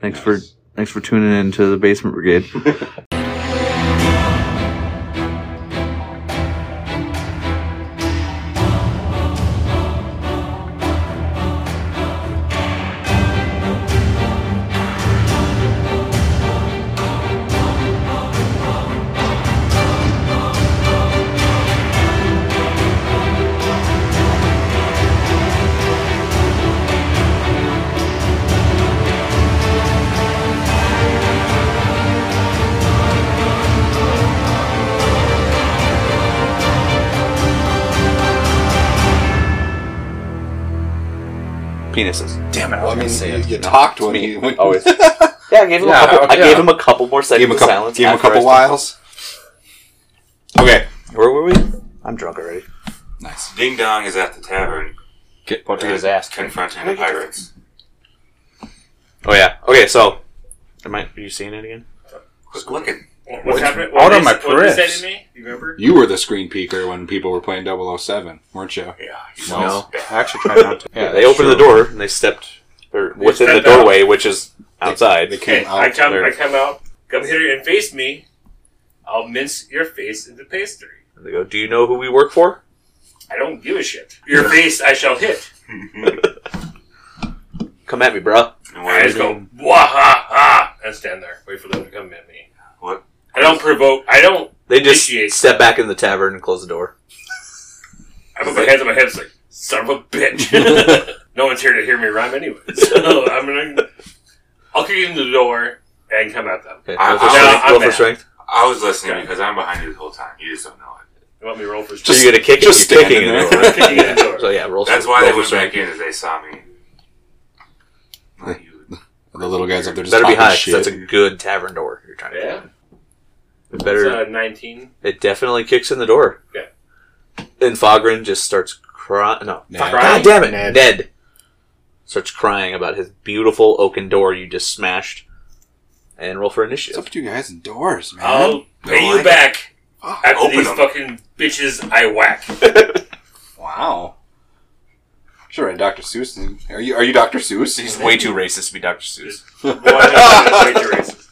Thanks for thanks for tuning in to the Basement Brigade. Penises. Damn it! I, Well, I was mean, gonna say you, it. you talked when you when Always. gave Yeah, I gave him Yeah, a couple. I yeah. gave him a couple more seconds him a of couple, silence. gave him a after I couple started- whiles. Okay. Where were we? I'm drunk already. Nice. Ding Dong is at the tavern Get, about uh, to get his ass. kicked. confronting the pirates. Oh yeah. Okay, so am I? Are you seeing it again? Who's looking? What's happening? out What on they- my what they said press. to me? You remember? You were the screen peeker when people were playing 007, weren't you? Yeah, he No. smells I bad. actually tried not to. Yeah, they opened the door and they stepped or within the stepped out. doorway, which is outside. They came Okay, out. I come, there. I come out, come here and face me. I'll mince your face into pastry. And they go, "Do you know who we work for?" I don't give a shit. Your face, I shall hit. Come at me, bruh. And I what is just go wah ha ha and stand there, wait for them to come at me. What? I don't provoke. I don't. They just Initiate. step back in the tavern and close the door. I put my hands on my hips like son of a bitch. no one's here to hear me rhyme anyway. So I'm gonna. I'll kick in the door and come at them. Okay, I- roll for strength. roll for I- I'm mad. strength. I was listening Okay. because I'm behind you the whole time. You just don't know it. You want me to roll So for strength? you get a kick. just Just you're standing kicking in there. the door. Kicking in the door. So yeah, roll. That's for- why roll they for went strength. back in is they saw me. Not you. The little guys up there just Better be talking high. 'cause shit. That's a good tavern door you're trying to Yeah. get. in. It better. Mm-hmm. It's, uh, 19. It definitely kicks in the door. Yeah. And Fogrin just starts crying. No. Nah. God damn it, Ned. Ned. Starts crying about his beautiful oaken door you just smashed. And roll for What's initiative. up with you guys and doors, man? I'll Don't pay you like it. back after Open these them. fucking bitches I whack. Wow. Sure, and Dr. Seuss. and- Are you are you Dr. Seuss? He's way too racist to be Dr. Seuss. Watch out, it's way too racist.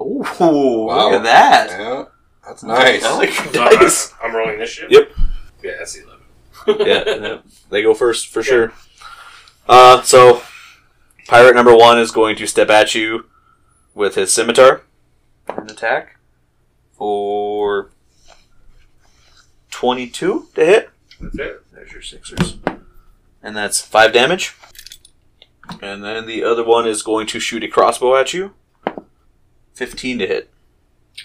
Ooh, Wow. look at that. Yeah, that's nice. I like your So I'm- dice. I'm rolling this shit? Yep. Yeah, that's the 11. yeah, no, they go first for sure. Uh, so, pirate number one is going to step at you with his scimitar. An attack for 22 to hit. That's it. There's your sixers. And that's five damage. And then the other one is going to shoot a crossbow at you. 15 to hit.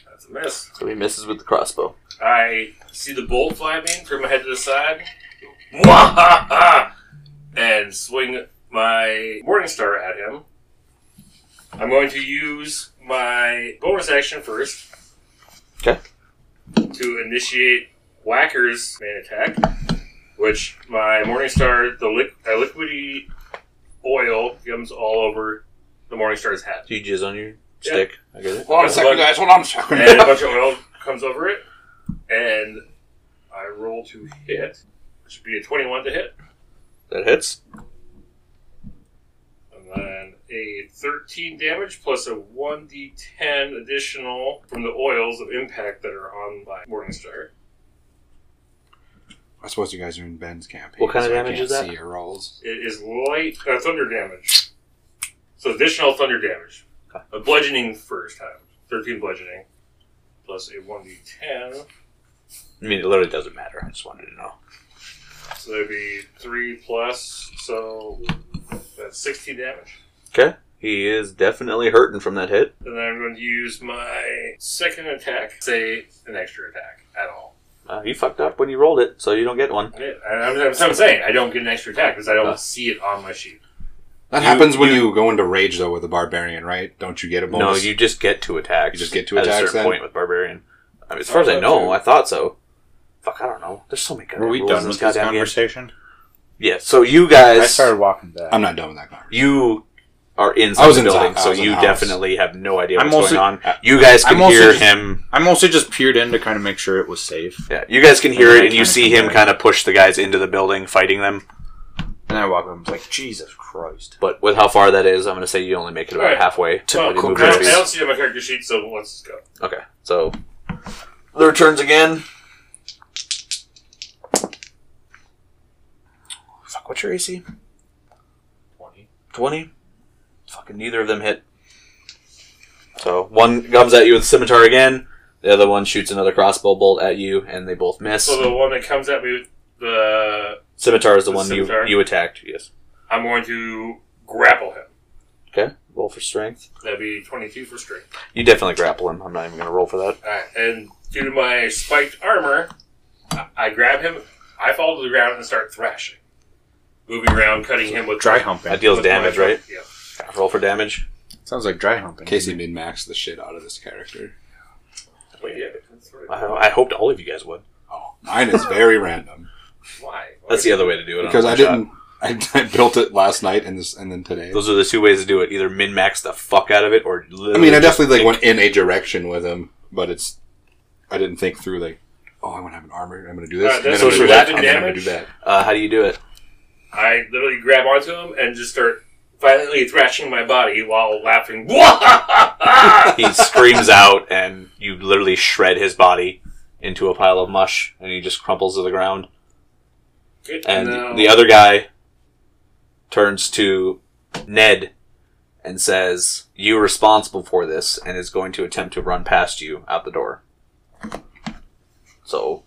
That's a mess. So he misses with the crossbow. I see the bolt fly at me, turn my head to the side, Mwahaha! and swing my Morningstar at him. I'm going to use my bonus action first. 'Kay. To initiate Whacker's main attack, which my Morningstar, the liq- uh, liquidy oil comes all over the Morningstar's head. Do you jizz on your Yeah. stick? I get it. Hold on a second, guys. Hold on a second. and a bunch of oil comes over it, and I roll to hit. It should be a 21 to hit, That hits. and then a 13 damage plus a 1d10 additional from the oils of impact that are on my Morningstar. I suppose you guys are in Ben's campaign. What kind of so I damage can't is that? See your rolls. It is light uh, thunder damage, so additional thunder damage. A bludgeoning first time, 13 bludgeoning plus a 1d10, I mean, it literally doesn't matter. I just wanted to know. so that'd be three plus, so that's 60 damage. Okay. He is definitely hurting from that hit. And then I'm going to use my second attack, say an extra attack at all. Uh, you fucked up when you rolled it, so you don't get one. I- I'm, that's what I'm saying. I don't get an extra attack because I don't Uh. see it on my sheet. That You- happens when you, go into rage though with a barbarian, right? Don't you get a No, bonus? you just get two attacks. You just get two at attacks At a certain then? point with barbarian. I mean, as far as I Oh, know, okay. I thought so. Fuck, I don't know. There's so many Were goddamn we rules done in with this this goddamn game. conversation? Yeah. So you I guys, started walking back. I'm not done with that conversation. you are inside I was the inside. building, I so was in you the house. definitely have no idea I'm what's also- going on. You guys can I'm also hear just- him. I mostly just peered in to kind of make sure it was safe. Yeah, you guys can hear I'm it, and you trying to see come him back. kind of push the guys into the building, fighting them. And And I walk up and I'm like, Jesus Christ. But with how far that is, I'm going to say you only make it about Alright. halfway. To Well, when you cool. move I, your don't, I feet. don't see it on my character sheet, so let's go. Okay, so the returns again. Fuck, what's your AC? 20. 20? Fucking neither of them hit. So one comes at you with a scimitar again, the other one shoots another crossbow bolt at you, and they both miss. So the one that comes at me with the. Scimitar is the, The one scimitar. you you attacked, yes. I'm going to grapple him. Okay, roll for strength. That'd be 22 for strength. You definitely grapple him. I'm not even going to roll for that. Alright, and due to my spiked armor, I, I grab him, I fall to the ground, and start thrashing. Moving around, cutting him with Dry humping. That deals with my- damage, right? Yeah. Roll for damage. Sounds like dry humping. Casey min max the shit out of this character. Wait, yeah, that's right. I, I hoped all of you guys would. Oh, mine is very random Why? That's the other way to do it. on because one I shot. didn't. I, I built it last night and this and then today. Those are the two ways to do it: either min max the fuck out of it, or I literally mean, I just definitely like think- went in a direction with him, but it's. I didn't think through like, oh, I'm gonna have an armor. I'm gonna do this. and Alright, then that's I'm gonna so do that. eleven And then I'm gonna do damage? that. Uh, how do you do it? I literally grab onto him and just start violently thrashing my body while laughing. Wah-ha-ha-ha! He screams out, and you literally shred his body into a pile of mush, and he just crumples to the ground. Good And to know. the other guy turns to Ned and says, "You're responsible for this," and is going to attempt to run past you out the door. So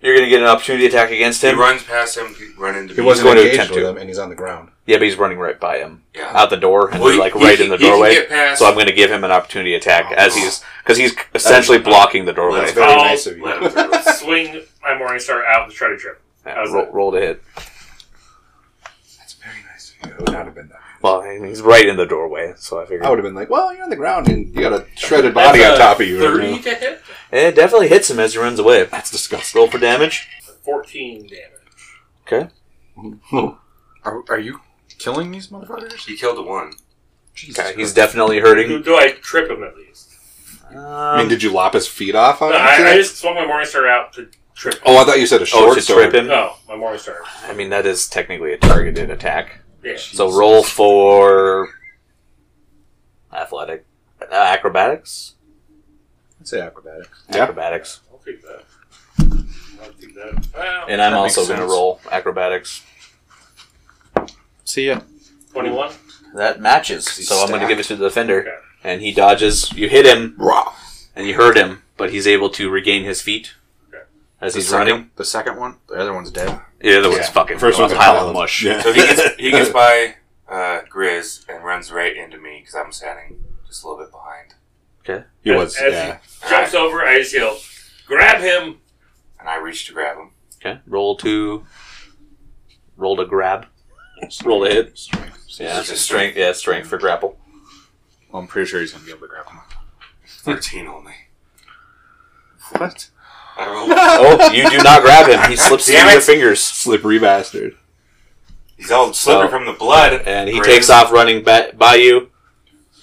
you're going to get an opportunity attack against He him. runs past him, he run into He me. wasn't going to engaged attempt with to. him, and he's on the ground. Yeah, but he's running right by him. Yeah. out the door and Well, they're, like he- right he- in the he can doorway. get past- So I'm going to give him an opportunity attack Oh. as he's because he's essentially blocking the doorway. That's Very I'll nice of you. let him through. swing my morning star out to try to trip. Yeah, How's roll, that? roll to hit. That's very nice of you. I would not have been that. Well, I mean, he's right in the doorway, so I figured I would have been like, well, you're on the ground and you got a shredded That's body on a top of you. right Thirty now. to hit. And it definitely hits him as he runs away. That's disgusting. Roll for damage. Fourteen damage. Are, are you killing these motherfuckers? He killed the one. Jesus Okay, he's Christ. definitely hurting. Do, do I trip him at least? I mean, Um, did you lop his feet off on No, accident? I, I just swung my morning star out to trip. Him. oh, I thought you said a short oh, to sword. trip him. No, my morning star. I mean, that is technically a targeted attack. Yeah. So roll for athletic, uh, acrobatics, I'd say acrobatic. Yeah. acrobatics, I'll take that. I'll take that. Well, and I'm That makes also going to sense. roll acrobatics. See ya. twenty-one. That matches. he's So I'm going to give it to the defender, Okay. and he dodges. You hit him, Raw. and you hurt him, but he's able to regain his feet Okay. as The he's second, running. the second one, the other one's dead. The other one's Yeah. fucking First Oh, a one's a pile pile of of- mush. Yeah. So he gets he gets by uh, Grizz and runs right into me because I'm standing just a little bit behind, He As- was. as yeah. Jumps over. I just yell, "Grab him!" and I reach to grab him. Okay, roll to roll to grab, roll to hit. Yeah, It's just strength. Yeah, strength for grapple. Well, I'm pretty sure he's gonna be able to grab him. Thirteen only. What? I rolled. oh, you do not grab him. He slips through Damn your it. fingers, Slippery bastard. He's all slippery Oh. from the blood, and he Grizz. takes off running ba- by you,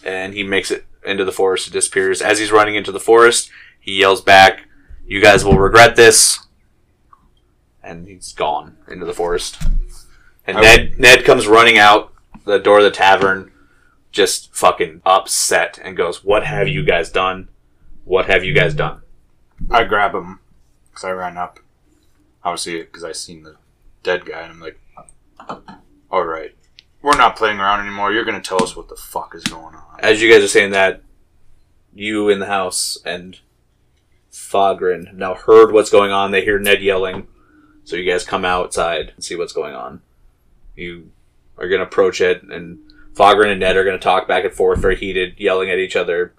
and he makes it into the forest. It disappears. As he's running into the forest, he yells back, "You guys will regret this." And he's gone into the forest. And I- Ned Ned comes running out the door of the tavern, just fucking upset, and goes, "What have you guys done? What have you guys done?" I grab him because I ran up. Obviously, because I seen the dead guy, and I'm like, "All right, we're not playing around anymore. You're gonna tell us what the fuck is going on." As you guys are saying that, you in the house and Fogrin have now heard what's going on. They hear Ned yelling, so you guys come outside and see what's going on. You are going to approach it, and Fogrin and Ned are going to talk back and forth, very heated, yelling at each other.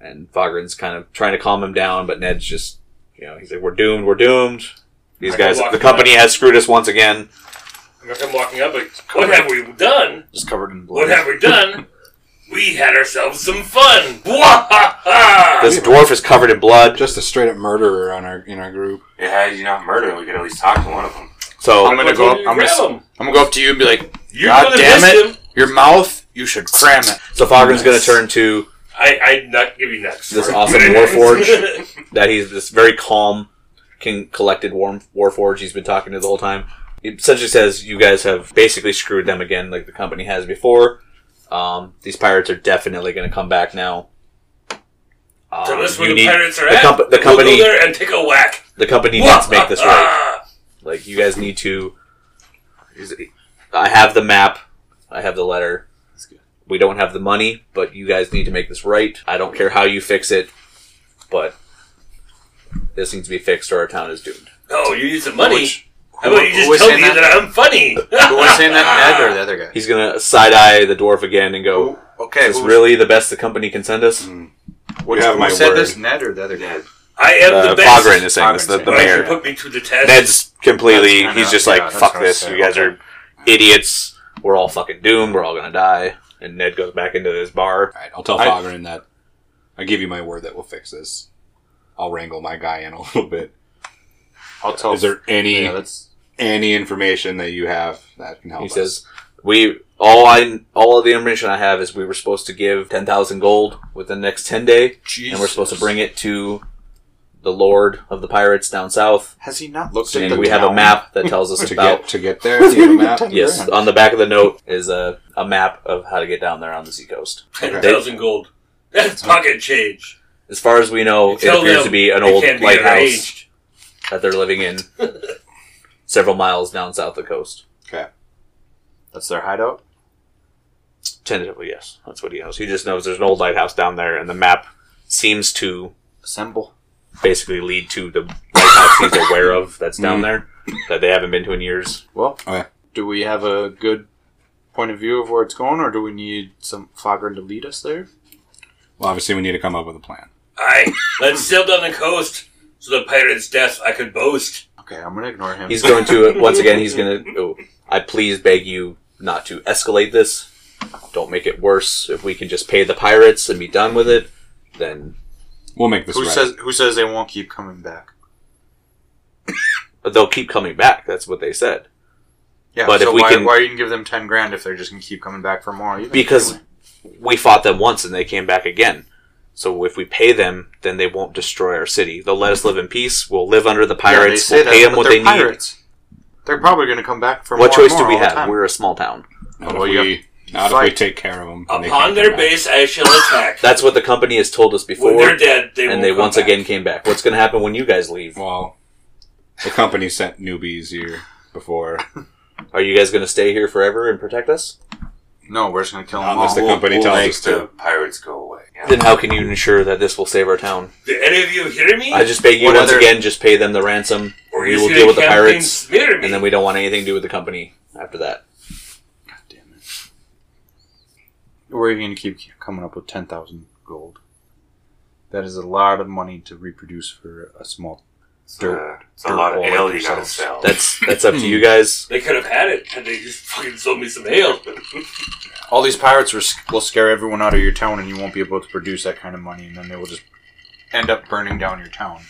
And Fogrin's kind of trying to calm him down, but Ned's just, you know, he's like, "We're doomed. We're doomed." These I can guys, walk the company away. has screwed us once again. I'm gonna come walking up. Like, what have we done? Just covered in blood. What have we done? we had ourselves some fun. Wah-ha-ha! This dwarf is covered in blood. Just a straight up murderer on our in our group. Yeah, had you not murdered him, we could at least talk to one of them. So I'm gonna go up. I'm gonna, s- grab I'm him. gonna go up to you and be like, You're God gonna damn miss it. him. "Your mouth, you should cram it." So Fogrin's going to turn to I I not give you next. This awesome warforged. that he's this very calm, king collected warm warforge he's been talking to the whole time. It essentially says you guys have basically screwed them again, like the company has before. Um, these pirates are definitely going to come back now. Um, Tell us where you the need- pirates are the at. comp- the we'll company- go there and take a whack. the company needs to Ah! make this right. Like you guys need to. I have the map. I have the letter. We don't have the money, but you guys need to make this right. I don't care how you fix it, but this needs to be fixed, or our town is doomed. Oh, you need some money. Which- How about you who was just tell saying me that? that? I'm funny? Who was saying that, Ned or the other guy? He's gonna side eye the dwarf again and go, Who- okay, "Is this who- really the best the company can send us?" Mm, You have who my said word. this, Ned or the other guy? I am Uh, the best. Fogren is saying this. The, the Why you mayor. put me to the test? Ned's completely. That's kinda- he's just yeah, like, that's "Fuck what I this! said. You guys are idiots. We're all fucking doomed. We're all gonna die." And Ned goes back into his bar. All right, I'll tell I- Fogren that. I give you my word that we'll fix this. I'll wrangle my guy in a little bit. I'll tell. Is there any Oh, Yeah, that's any information that you have that can help? He us? says, "We all I all of the information I have is we were supposed to give ten thousand gold within the next ten day, and we're supposed to bring it to the Lord of the Pirates down south. Has he not looked at And the we have a town? map that tells us to about." get to get there. do you have a map? Yes, um, on the back of the note is a, a map of how to get down there on the seacoast. Ten thousand gold. That's pocket change. As far as we know, it Tell appears them to be an They old can't be lighthouse underaged. that they're living in several miles down south of the coast. That's their hideout. Tentatively, yes. That's what he knows. He just knows there's an old lighthouse down there, and the map seems to Assemble. basically lead to the lighthouse he's aware of that's down there that they haven't been to in years. Well, Okay. do we have a good point of view of where it's going, or do we need some Fogren to lead us there? Well, obviously, we need to come up with a plan. Aye, let's sail down the coast so the pirates' death I could boast. Okay, I'm gonna ignore him. He's going to uh, once again. He's going to. Oh, I please beg you not to escalate this. Don't make it worse. If we can just pay the pirates and be done with it, then We'll make this who right. says who says they won't keep coming back? they'll keep coming back. That's what they said. Yeah, But so if we why, can- why are you gonna give them ten grand if they're just gonna keep coming back for more? even? Because we fought them once and they came back again. So if we pay them, then they won't destroy our city. They'll let us live in peace. We'll live under the pirates. we'll pay them what they need. They're probably gonna come back for need. What more choice and do more we all the have? time. We're a small town. Not Well, if you we not if we fight. take care of them. and they Upon can't their come back. base, I shall attack. That's what the company has told us when before, they're dead, they and will they come once back. again came back. What's going to happen when you guys leave? Well, the company sent newbies here before. Are you guys going to stay here forever and protect us? No, we're just gonna kill Not them unless all. the company we'll tells make us the to. pirates go away. Yeah. Then how can you ensure that this will save our town? Do any of you hear me? I just beg you What once other- again, just pay them the ransom. or we you will see deal with the campaign pirates, smear me? and then we don't want anything to do with the company after that. We're gonna keep coming up with ten thousand gold. That is a lot of money to reproduce for a small. It's, Dirt- uh, it's a lot of all ale of you gotta themselves. sell. That's that's up to you guys. They could have had it had they just fucking sold me some ale. All these pirates will sc- will scare everyone out of your town, and you won't be able to produce that kind of money, and then they will just end up burning down your town.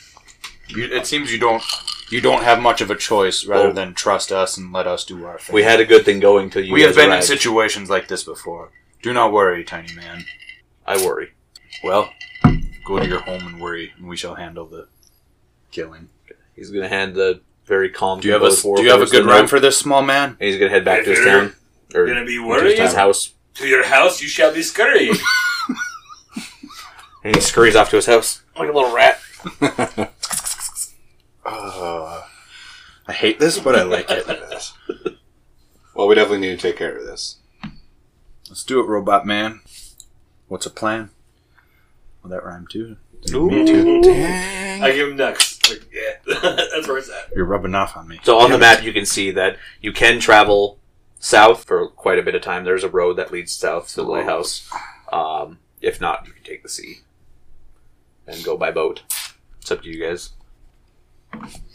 You, it seems you don't you don't have much of a choice rather Well- than trust us and let us do our thing. We had a good thing going till you. we guys have been arrived. in situations like this before. Do not worry, tiny man. I worry. Well, go to your home and worry, and we shall handle the killing. He's gonna hand the very calm. Do you have a composed Do you have a warhorse the good rhyme note, for this, small man? And he's gonna head back to his If town or Gonna be to his worried? house, To your house, you shall be scurrying. and he scurries off to his house. like a little rat. Oh, Uh, I hate this, but I like it. Well, we definitely need to take care of this. Let's do it, robot man. What's a plan? Well, that rhymed too. I give him next. Like, yeah, that's where it's at. You're rubbing off on me. So on the map, you can see that you can travel south for quite a bit of time. There's a road that leads south to the lighthouse. Um, if not, you can take the sea and go by boat. It's up to you guys.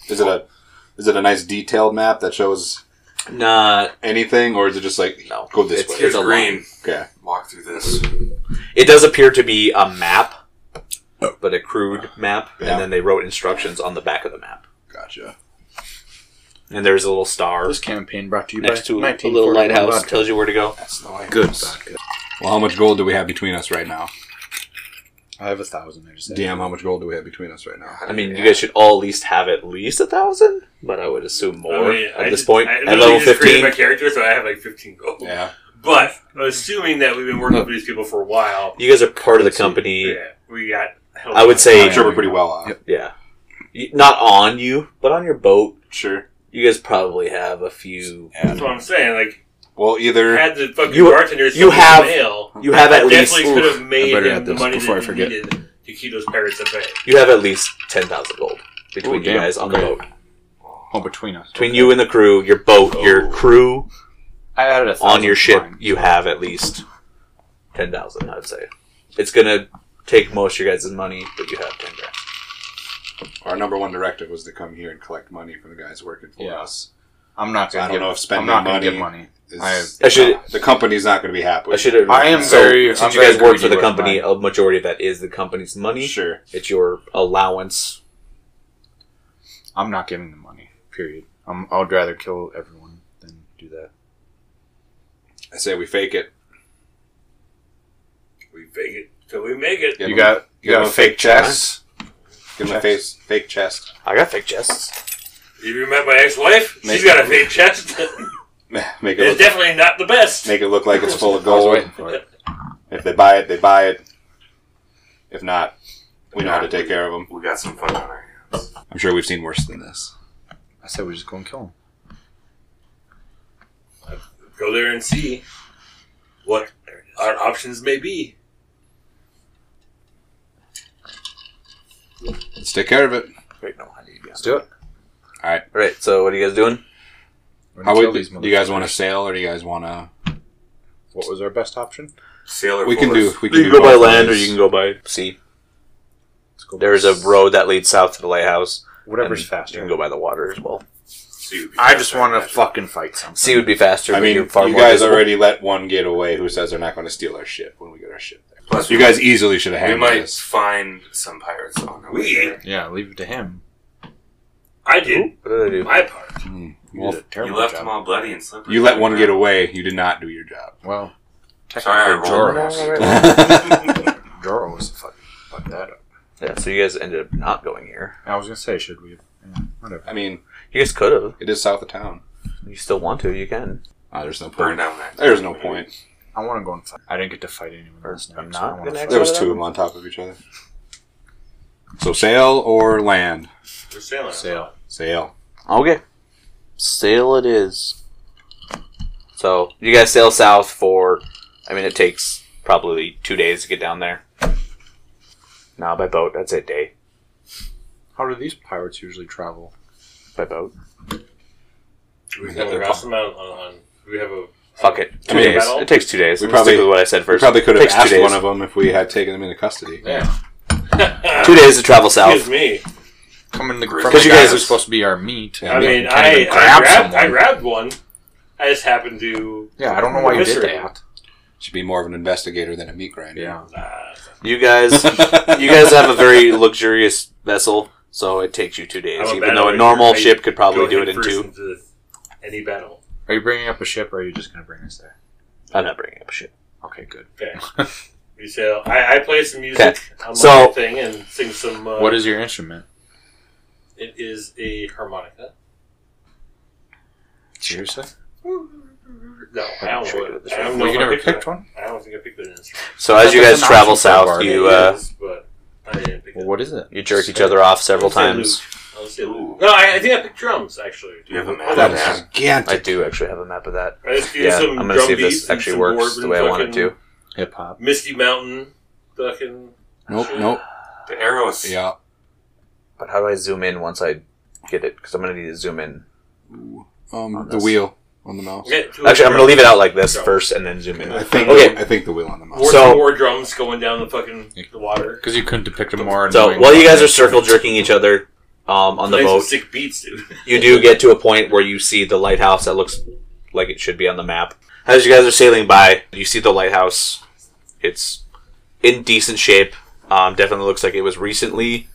Is it a is it a nice detailed map that shows Nah, anything, or is it just like No. go this It's- way? Here's a green. line. Okay. Walk through this. it does appear to be a map, Oh. but a crude map, Yeah. and then they wrote instructions on the back of the map. Gotcha. And there's a little star This campaign brought to you next by to a- a 1941 little lighthouse vodka. tells you where to go. That's the way. Good vodka. Well, how much gold do we have between us right now? I have a thousand. I just had. Damn, how much gold do we have between us right now? I mean, you guys should all at least have at least a thousand, but I would assume more I mean, at Oh, I this just- point. I At literally level just created fifteen, my character, so I have like 15 gold. Yeah. But assuming that we've been working with these people for a while, you guys are part of the company. yeah, we got. help. I would say, I'm sure we're pretty well off. yeah, Y- not on you, but on your boat. Sure. You guys probably have a few. That's what I'm saying. Like, Well, either had the fucking You- bartenders you sent have- the mail, You have at least definitely could have made better him add the this money before I that he forget. needed to keep those pirates at bay. you have at least ten thousand gold between Ooh, you damn. guys on the Okay. boat. Oh, between us. Between you and the crew, your boat, Oh. your crew I added a on your to ship, mine. you have at least ten thousand. I'd say it's gonna take most of your guys' money, but you have ten grand. our number one directive was to come here and collect money from the guys working for Yeah. us. I'm not So going I to don't give. know if spending I'm not going money to give money. Is, I- I should- the company's not going to be happy. I should. have- I am very- Since I'm you guys very work for greedy the with company, a majority of that is the company's money. Sure. It's your allowance. I'm not giving them money. Period. I'm, I would rather kill everyone than do that. I say we fake it. We fake it till we make it. Give you them- got you give got a them fake chest. Give him a face, fake chest. I got fake chests. Have you met my ex-wife? She's Make- got a fake chest. Make it it's look, definitely not the best. make it look like it's full of I was gold. waiting for it. If they buy it, they buy it. If not, we know how to take care of them. We got some fun on our hands. I'm sure we've seen worse than this. I said we just go and kill him. Go there and see what our options may be. Let's take care of it. Wait, no, I need to go. Let's do it. All right. So, what are you guys doing? We're gonna How kill would, these do you guys motherfuckers. want to sail or do you guys want to? What was our best option? Sailor We can do. force. We can You can do go by both land, or ways. you can go by sea. Let's go There's a road that leads south to the lighthouse. Whatever's and faster. You can go by the water as well. See, we I can just do want to that. fucking fight something. Sea would be faster. I but mean, you're far you more guys visible. already let one get away who says they're not going to steal our ship when we get our ship there. Plus, You guys easily should have we handled might this. find some pirates on our We way. ain't- there. Yeah, leave it to him. I did What did I do? my part. You Hmm. Well, did a You terrible left job. them all bloody and slippery. You let one get away. You did not do your job. Well, Sorry, I technically, rolled. Jorah was- wrong. Jorah was the fuck fuck that up. Yeah. So you guys ended up not going here. I was gonna say, should we? Yeah, whatever. I mean, You guys could have. it is south of town. You still want to? You can. Ah, there's no Burn point. down that. There's no point. I want to go and fight. I didn't get to fight anyone. Or last time, I'm so I not wanna gonna fight. There was two of them on top of each other. So sail or land? We're sailing. Sail. Sail. Okay. Sail it is. So you guys sail south for. I mean, it takes probably two days to get down there. Nah, by boat. That's a day How do these pirates usually travel? by boat. We can harass them out on, on. We have a Fuck it. Two I mean, days. battle? It takes two days. We We probably probably- with what I said We first. probably could have Takes two asked days. one of them if we had taken them into custody. Yeah, two days to travel south. Excuse me. coming to Because from the you guys guys- are supposed to be our meat. I I we mean, can't I, even I, grab grabbed, I someone. grabbed one. I just happened to. Yeah, I don't know why you did Eviscerate that. Should be more of an investigator than a meat grinder. Yeah, Uh, You guys, you guys have a very luxurious vessel, so it takes you two I'm days. a Even bad though a rider. normal I ship could probably go do it in headfirst two. into Any battle. are you bringing up a ship, or are you just gonna bring us there? I'm not bringing up shit. Okay, good. Okay. we sail. I, I play some music on So- my thing and sing some. Uh, What is your instrument? It is a harmonica. Seriously? No, I I'm don't sure know. you what- did this I don't right. know Well, if you I never picked one. picked one. I don't think I picked an instrument. So as you guys That's an travel option for south, it. you It uh, is, but I didn't pick Well, it. what is it? you jerk each other off several times. I'll say Luke. Ooh. No, I, I think I picked drums actually. Do you have a map? That of is that? I gigantic. do actually have a map of that. I just did Yeah, some I'm gonna see if drum beats this and actually some works board the way I and want it fucking to. Hip hop. Misty Mountain, fucking. Nope, nope. The arrows. Yeah. But how do I zoom in once I get it? Because I'm gonna need to zoom in. Um, On the this. wheel on the mouse. Get to a Actually, I'm drum. gonna leave it out like this Drum. first, and then zoom in. I think. Okay. I think the wheel on the mouse. War, So- war drums going down the fucking the water. Because you couldn't depict a more. So annoying while you guys are weapon. circle jerking each other um, on the Play some boat, sick beats, dude. you do get to a point where you see the lighthouse that looks like it should be on the map. As you guys are sailing by, you see the lighthouse. It's in decent shape. Um, definitely looks like it was recently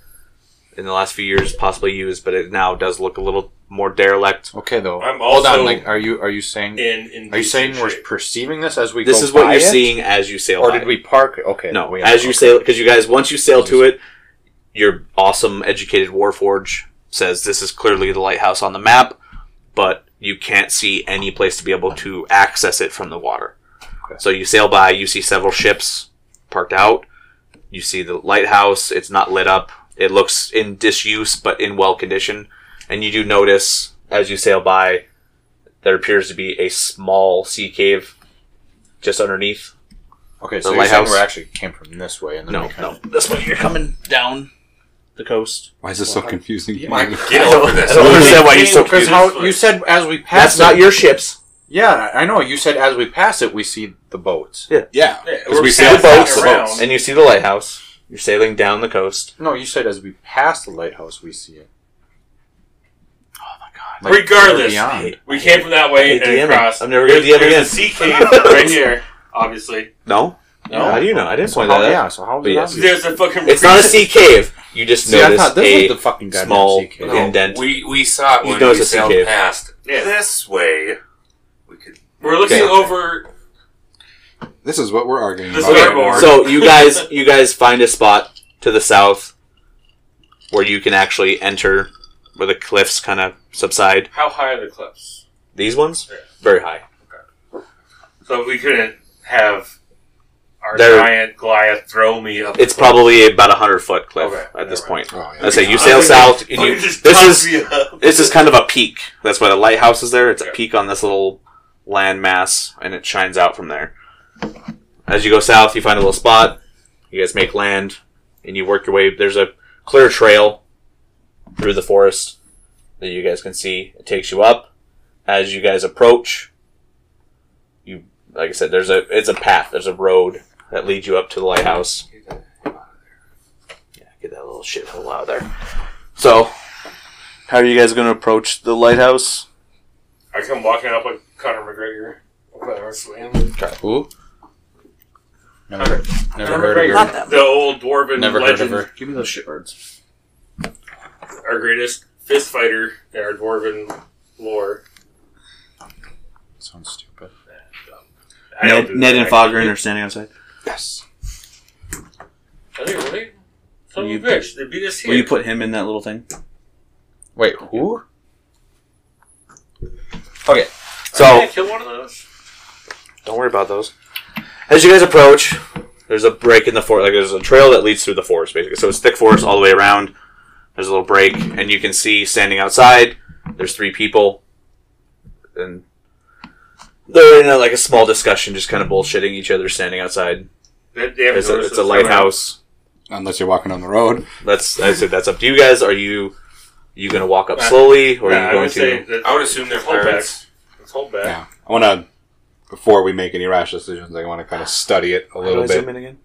in the last few years possibly used, but it now does look a little more derelict. Okay, though. I'm Hold also on. Like, are you are you saying in in. are you saying decent we're shape. perceiving this as we This go is what by you're it? seeing as you sail. or by did it. we park? Okay, No, we as you sail, because you guys once you sail to it, your awesome educated warforge says this is clearly the lighthouse on the map, but you can't see any place to be able to access it from the water. Okay. So you sail by, you see several ships parked out. You see the lighthouse. It's not lit up. It looks in disuse, but in well condition. And you do notice as you sail by, there appears to be a small sea cave just underneath. Okay, so you're lighthouse- saying we actually came from this way, and then No, we kinda- no. This one, you're coming down the coast. Why is this so confusing? Get over this. I don't understand why you're so Because confused. how you said as we That's pass it, not your ships. Yeah, I know. You said as we pass it, we see the boats. Yeah. Yeah, Because we're we see the boats, passing around. and you see the lighthouse. You're sailing down the coast. No, you said as we pass the lighthouse, we see it. Oh my god! Regardless, we came from that way Hey, and DM. across. I'm never gonna DM There's again. a sea cave right here, obviously. No, no. How do you know? I didn't So point how, that out. yeah, so how But did yes. yes. There's a fucking. It's not a sea cave. You just See, I notice thought this a was the fucking goddamn small sea cave. No, indent. we we saw it He when knows we it's a sailed cave. past. Yeah. This way, we could. We're looking Okay. over. This is what we're arguing This about. is our board. So you guys, you guys find a spot to the south where you can actually enter, where the cliffs kind of subside. How high are the cliffs? These ones, Yeah. very high. So we couldn't have our There- giant Goliath throw me up. It's probably about a hundred foot cliff Okay, at this never point. Oh, yeah. I say you I sail think- south, and You you, just this toss is me up. this is kind of a peak. That's why the lighthouse is there. It's Yeah. a peak on this little landmass, and it shines out from there. As you go south, you find a little spot. You guys make land, and you work your way. There's a clear trail through the forest that you guys can see. It takes you up. As you guys approach, you like I said, there's a it's a path. There's a road that leads you up to the lighthouse. Yeah, get that little shithole out of there. So, how are you guys going to approach the lighthouse? I come walking up like Conor McGregor. Okay, I swim. Who? Never, never Conor heard of her. McGregor, the old dwarven Never heard of legend, her. Give me those shitbirds. our greatest fist fighter in our dwarven lore. Sounds stupid. I don't do that, right? are standing outside. Yes. Are they really? Will Son of a you bitch, they beat us here. put him in that little thing? Wait, who? Did I So, kill one of those? don't worry about those. As you guys approach, there's a break in the forest. Like there's a trail that leads through the forest, basically. So it's thick forest all the way around. There's a little break, and you can see standing outside. There's three people, and they're in a, like a small discussion, just kind of bullshitting each other, standing outside. They, they haven't It's a, noticed it's a us. lighthouse. Unless you're walking on the road. That's I said that's up to you guys. Are you you gonna walk up slowly or Uh, Yeah, are you I going would say to that I would assume they're Hold back. pirates. Let's hold back. Yeah. I want to, before we make any rash decisions, I want to kind of study it a little bit. in again?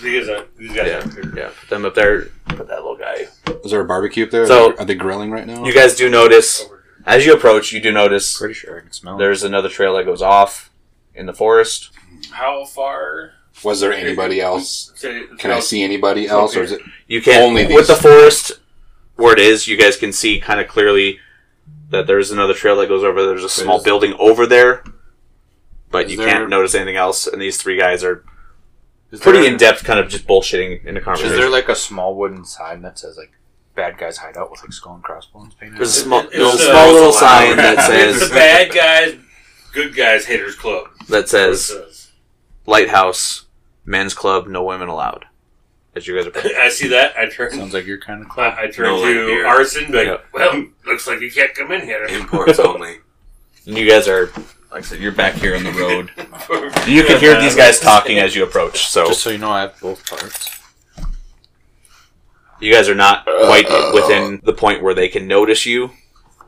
These guys, are- these guys Yeah. are good. Yeah, put them up there. Put that little guy. Is there a barbecue up there? So- are they grilling right now? You guys do notice Over here. as you approach. You do notice Pretty sure I can smell it. there's another trail that goes off in the forest. How far? Was there anybody else? To, Can I see anybody else, or is it You can Only with these. the forest where it is. You guys can see kind of clearly that there's another trail that goes over. There's a small There's- building over there, but Is you there- can't notice anything else. And these three guys are Is pretty there- in depth, kind of just bullshitting in a Is conversation. there like a small wooden sign that says like "bad guys hide out" with like skull and crossbones painted? There's a on small, It's there's a the- small little sign that It's says the bad guys, good guys, haters club. that It says says. lighthouse men's club no women allowed. As you guys are I see that. I turn. it? Sounds like your kind of. Club. I I turn No light to here. arson. Like, Yeah. well, looks like you can't come in here. Imports only. and you guys are like I said, you're back here on the road. You you can hear these guys talking as you approach. So Just so you know, I have both parts. you guys are not quite within the point where they can notice you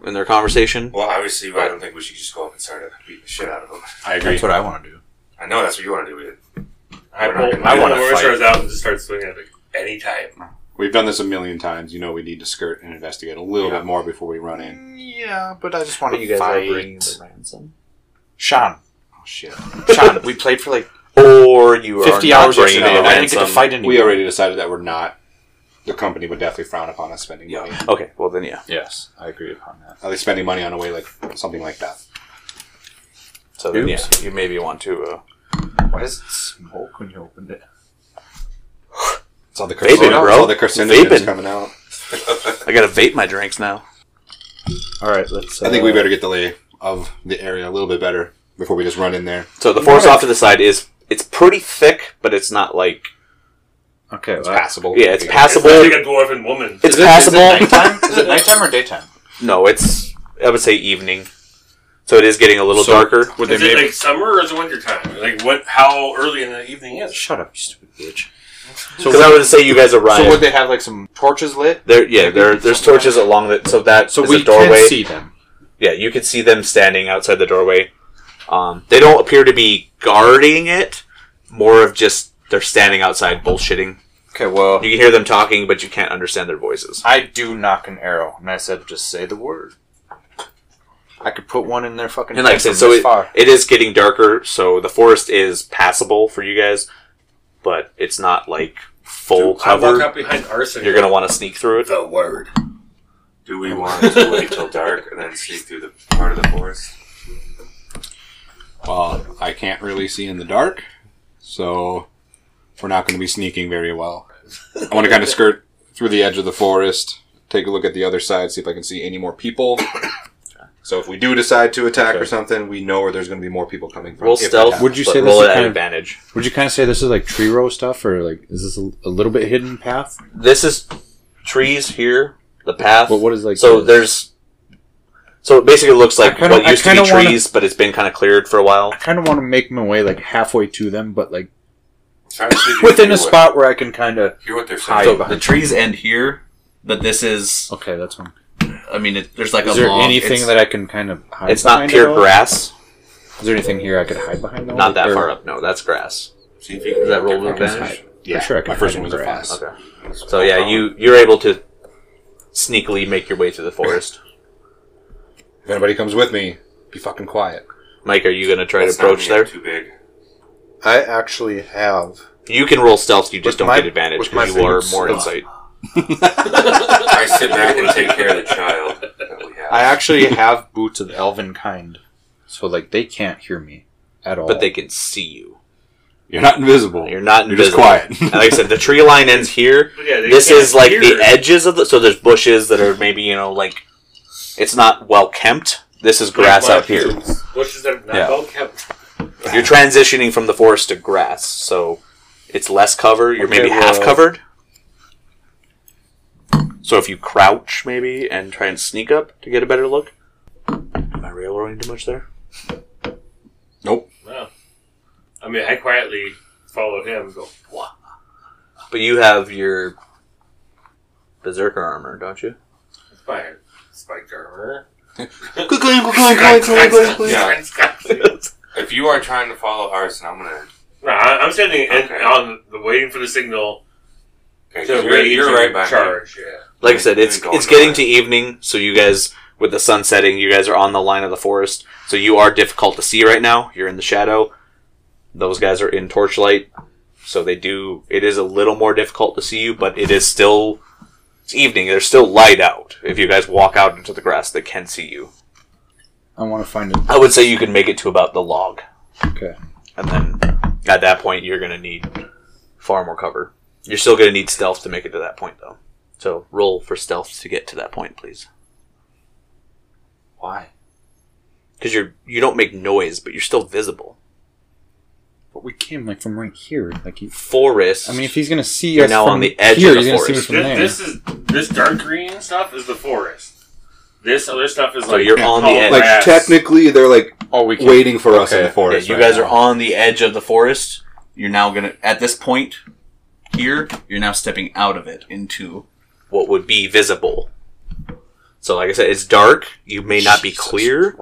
in their conversation. Well, obviously, I don't think we should just go up and start beating the shit out of them. I That's what I want to do. I know that's what you want to do. With it. I We're not pull gonna- my I wanna Morningstar's out and just start swinging at it anytime. We've done this a million times. You know, we need to skirt and investigate a little Yeah. bit more before we run in. Yeah, but I just want You guys are bringing the ransom, Sean. Oh shit! Sean, we played for like or you are 50 not hours bringing yesterday, the and I didn't get to ransom. fight anyone. We already decided that we're not. the company would definitely frown upon us spending money. Okay, well then, yeah. Yes, I agree upon that. At least spending money on a way like something like that. So then, yeah, Oops. you maybe want to uh, Why is it smoke when you opened it? It's all the Vape it, carcinogens, bro. all the carcinogens Vape it. coming out. I gotta vape my drinks now. All right, let's. Uh, I think we better get the lay of the area a little bit better before we just run in there. So the forest off to the side is it's pretty thick, but it's not like Okay, It's well, passable. yeah, it's It's passable. not like It's a dwarven woman. Is it- passable. Is it nighttime? is it nighttime or daytime? no, it's I would say evening. So it is getting a little So- darker. Would Is it like summer or is it winter time? Like what? How early in the evening is? it? Shut up, you stupid bitch. So, Because I would say you guys arrive. so would they have like some torches lit? there, yeah, there, there's torches along that. So that So is we a doorway. can see them. yeah, you can see them standing outside the doorway. Um, they don't appear to be guarding it. More of just they're standing outside bullshitting. Okay, well, You can hear them talking, but you can't understand their voices. I do knock an arrow, and I said, just say the word. I could put one in their fucking. And like I head said, from so this it, far. it is getting darker, so the forest is passable for you guys, but it's not like full I walk cover. up behind Arson. You're gonna want to sneak through it. the word. Do we want to wait till dark and then sneak through the part of the forest? Well, Uh, I can't really see in the dark, so we're not going to be sneaking very well. I want to kind of skirt through the edge of the forest, take a look at the other side, see if I can see any more people. So if we do decide to attack or Okay. something, we know where there's going to be more people coming from. Roll if that stealth. happens. Would you but say this roll is it at kind of- advantage? Would you kind of say this is like tree row stuff, or like is this a, a little bit hidden path? This is trees here. The path. What what is like? so the- there's. So it basically looks like kinda- what I used to be kinda wanna- trees, but it's been kind of cleared for a while. I kind of want to make my way like halfway to them, but like Try to see if you within hear a what- spot where I can kind of. Hear what they're Hide. saying. So the trees end here, but this is. Okay, that's one. I mean, it, there's like Is a there long. anything it's, that I can kind of hide? it's not behind pure at all? grass. Is there anything here I could hide behind? Though? Not that Or- far up. No, that's grass. See if you can Does that roll get with on advantage? side. yeah, sure I can my first hide one in was a grass. pass. Okay. So yeah, you you're able to sneakily make your way through the forest. If anybody comes with me, be fucking quiet. Mike, are you going to try That's to approach not there? gonna get Too big. I actually have. You can roll stealth. You just With don't my- get advantage with my because you are boots. more insight. I sit back and take care of the child that we have. I actually have boots of elven kind. So like they can't hear me at all. but they can see you. You're not invisible. You're not You're just invisible. And like I said, the tree line ends here. But yeah, they This can't is like hear. the edges of the. So there's bushes that are maybe you know like it's not well kempt. This is grass Like, out here. Bushes that are not Yeah. well kept. You're transitioning from the forest to grass, so it's less cover. You're maybe half covered. So if you crouch maybe and try and sneak up to get a better look. Am I railroading too much there? Wow. I mean, I quietly follow him. and Go. Wah. But you have your berserker armor, don't you? It's my spiked armor. Oh Yeah. If you are trying to follow ours, and I'm gonna. No, I- I'm standing in, Okay. on the waiting for the signal Okay, to 'cause you're, rage you're and right by me. charge. Yeah. Like I said, it's Going it's getting nowhere. to evening, so you guys with the sun setting, you guys are on the line of the forest, so you are difficult to see right now. You're in the shadow. Those guys are in torchlight, so they do. It is a little more difficult to see you, but it is still it's evening. There's still light out. If you guys walk out into the grass, they can see you. I want to find it. I would say you can make it to about the log. Okay. And then at that point, you're going to need far more cover. You're still going to need stealth to make it to that point, though. So roll for stealth to get to that point, please. Why? Because you're you don't make noise, but you're still visible. But we came like from right here. Like he, Forest. I mean, if he's gonna see You're us now from on the edge here, of the he's gonna see us forest. from there. This, this is this dark green stuff is the forest. This other stuff is So like you're on the tall edge. Like grass. technically, they're like Oh, we can't. waiting for us in the Okay. Yeah, forest. you right guys now. are on the edge of the forest. You're now gonna at this point here. You're now stepping out of it into what would be visible. So, like I said, it's dark. You may not be clear,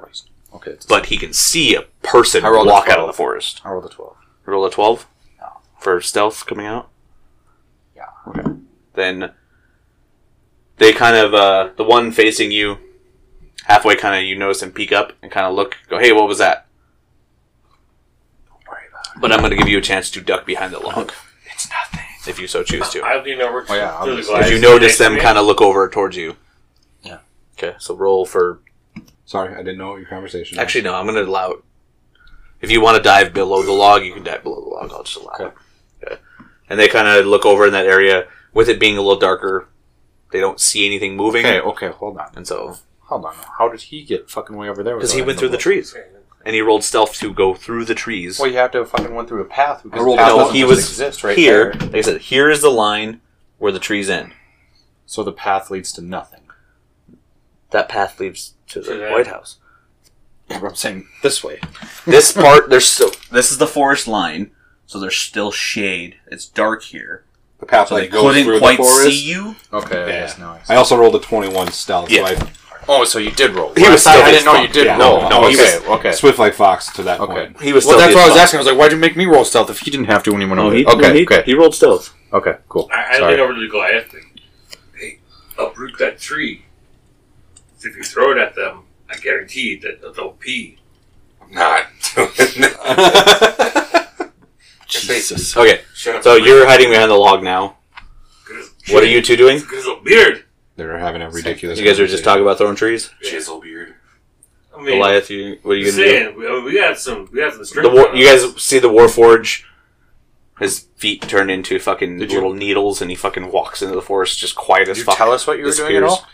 Okay. it's- but he can see a person I rolled a walk out of 12. the forest. I rolled a twelve. Roll a 12? For stealth coming out? Yeah. Okay. Then they kind of, uh, the one facing you, halfway kind of, you notice him peek up and kind of look, go, hey, what was that? Don't worry about it. But I'm going to give you a chance to duck behind the log. It's if you so choose to. I lean over to, Oh, yeah, to the obviously. glass. Because you notice them kind of look over towards you. Yeah. Okay, so roll for. Sorry, I didn't know what your conversation was. Actually, no, I'm going to allow it. If you want to dive below the log, you can dive below the log. I'll just allow it. Okay. And they kind of look over in that area. With it being a little darker, they don't see anything moving. Okay, okay, hold on. And so. Hold on. How did he get fucking way over there? Because without he went having through to the roll? trees. And he rolled stealth to go through the trees. Well, you have to have fucking went through a path because I rolled the path a- no, doesn't he just was exist right here, there. like I said, here is the line where the trees end. So the path leads to nothing. That path leads to the To that. White House. Yeah, but I'm saying this way. this part there's still this is the forest line so there's still shade it's dark here The path so that they goes couldn't through quite the forest. see you Okay. Yeah. yes, no, I see. I also rolled a 21 stealth, Yeah. so oh, so you did roll. He was still I, I didn't based know on- you did yeah. roll. No, no, he okay, I okay. swift like fox to that Okay. point. he was still Well, that's what I was dishonest. asking. I was like, why'd you make me roll stealth if he didn't have to when he went no, over he, there? Okay, he, okay. he rolled stealth Okay, cool. I, I Sorry. lean over to the Goliath and hey, uproot that tree. 'Cause If you throw it at them, I guarantee that they'll- they'll pee. I'm not doing that. Jesus. okay Shut up. so you're hiding behind the log now Good as- what are you two doing Good as a beard. They're having a ridiculous. you guys are just talking about throwing trees Chisel beard. I mean, goliath you, what are you just gonna do saying, we, I mean, we got some, we got some the strength. war, on you us. guys see the warforge his feet turn into fucking Did you- little needles and he fucking walks into the forest just quiet Did as you fuck tell us what you were doing at Disappears. all?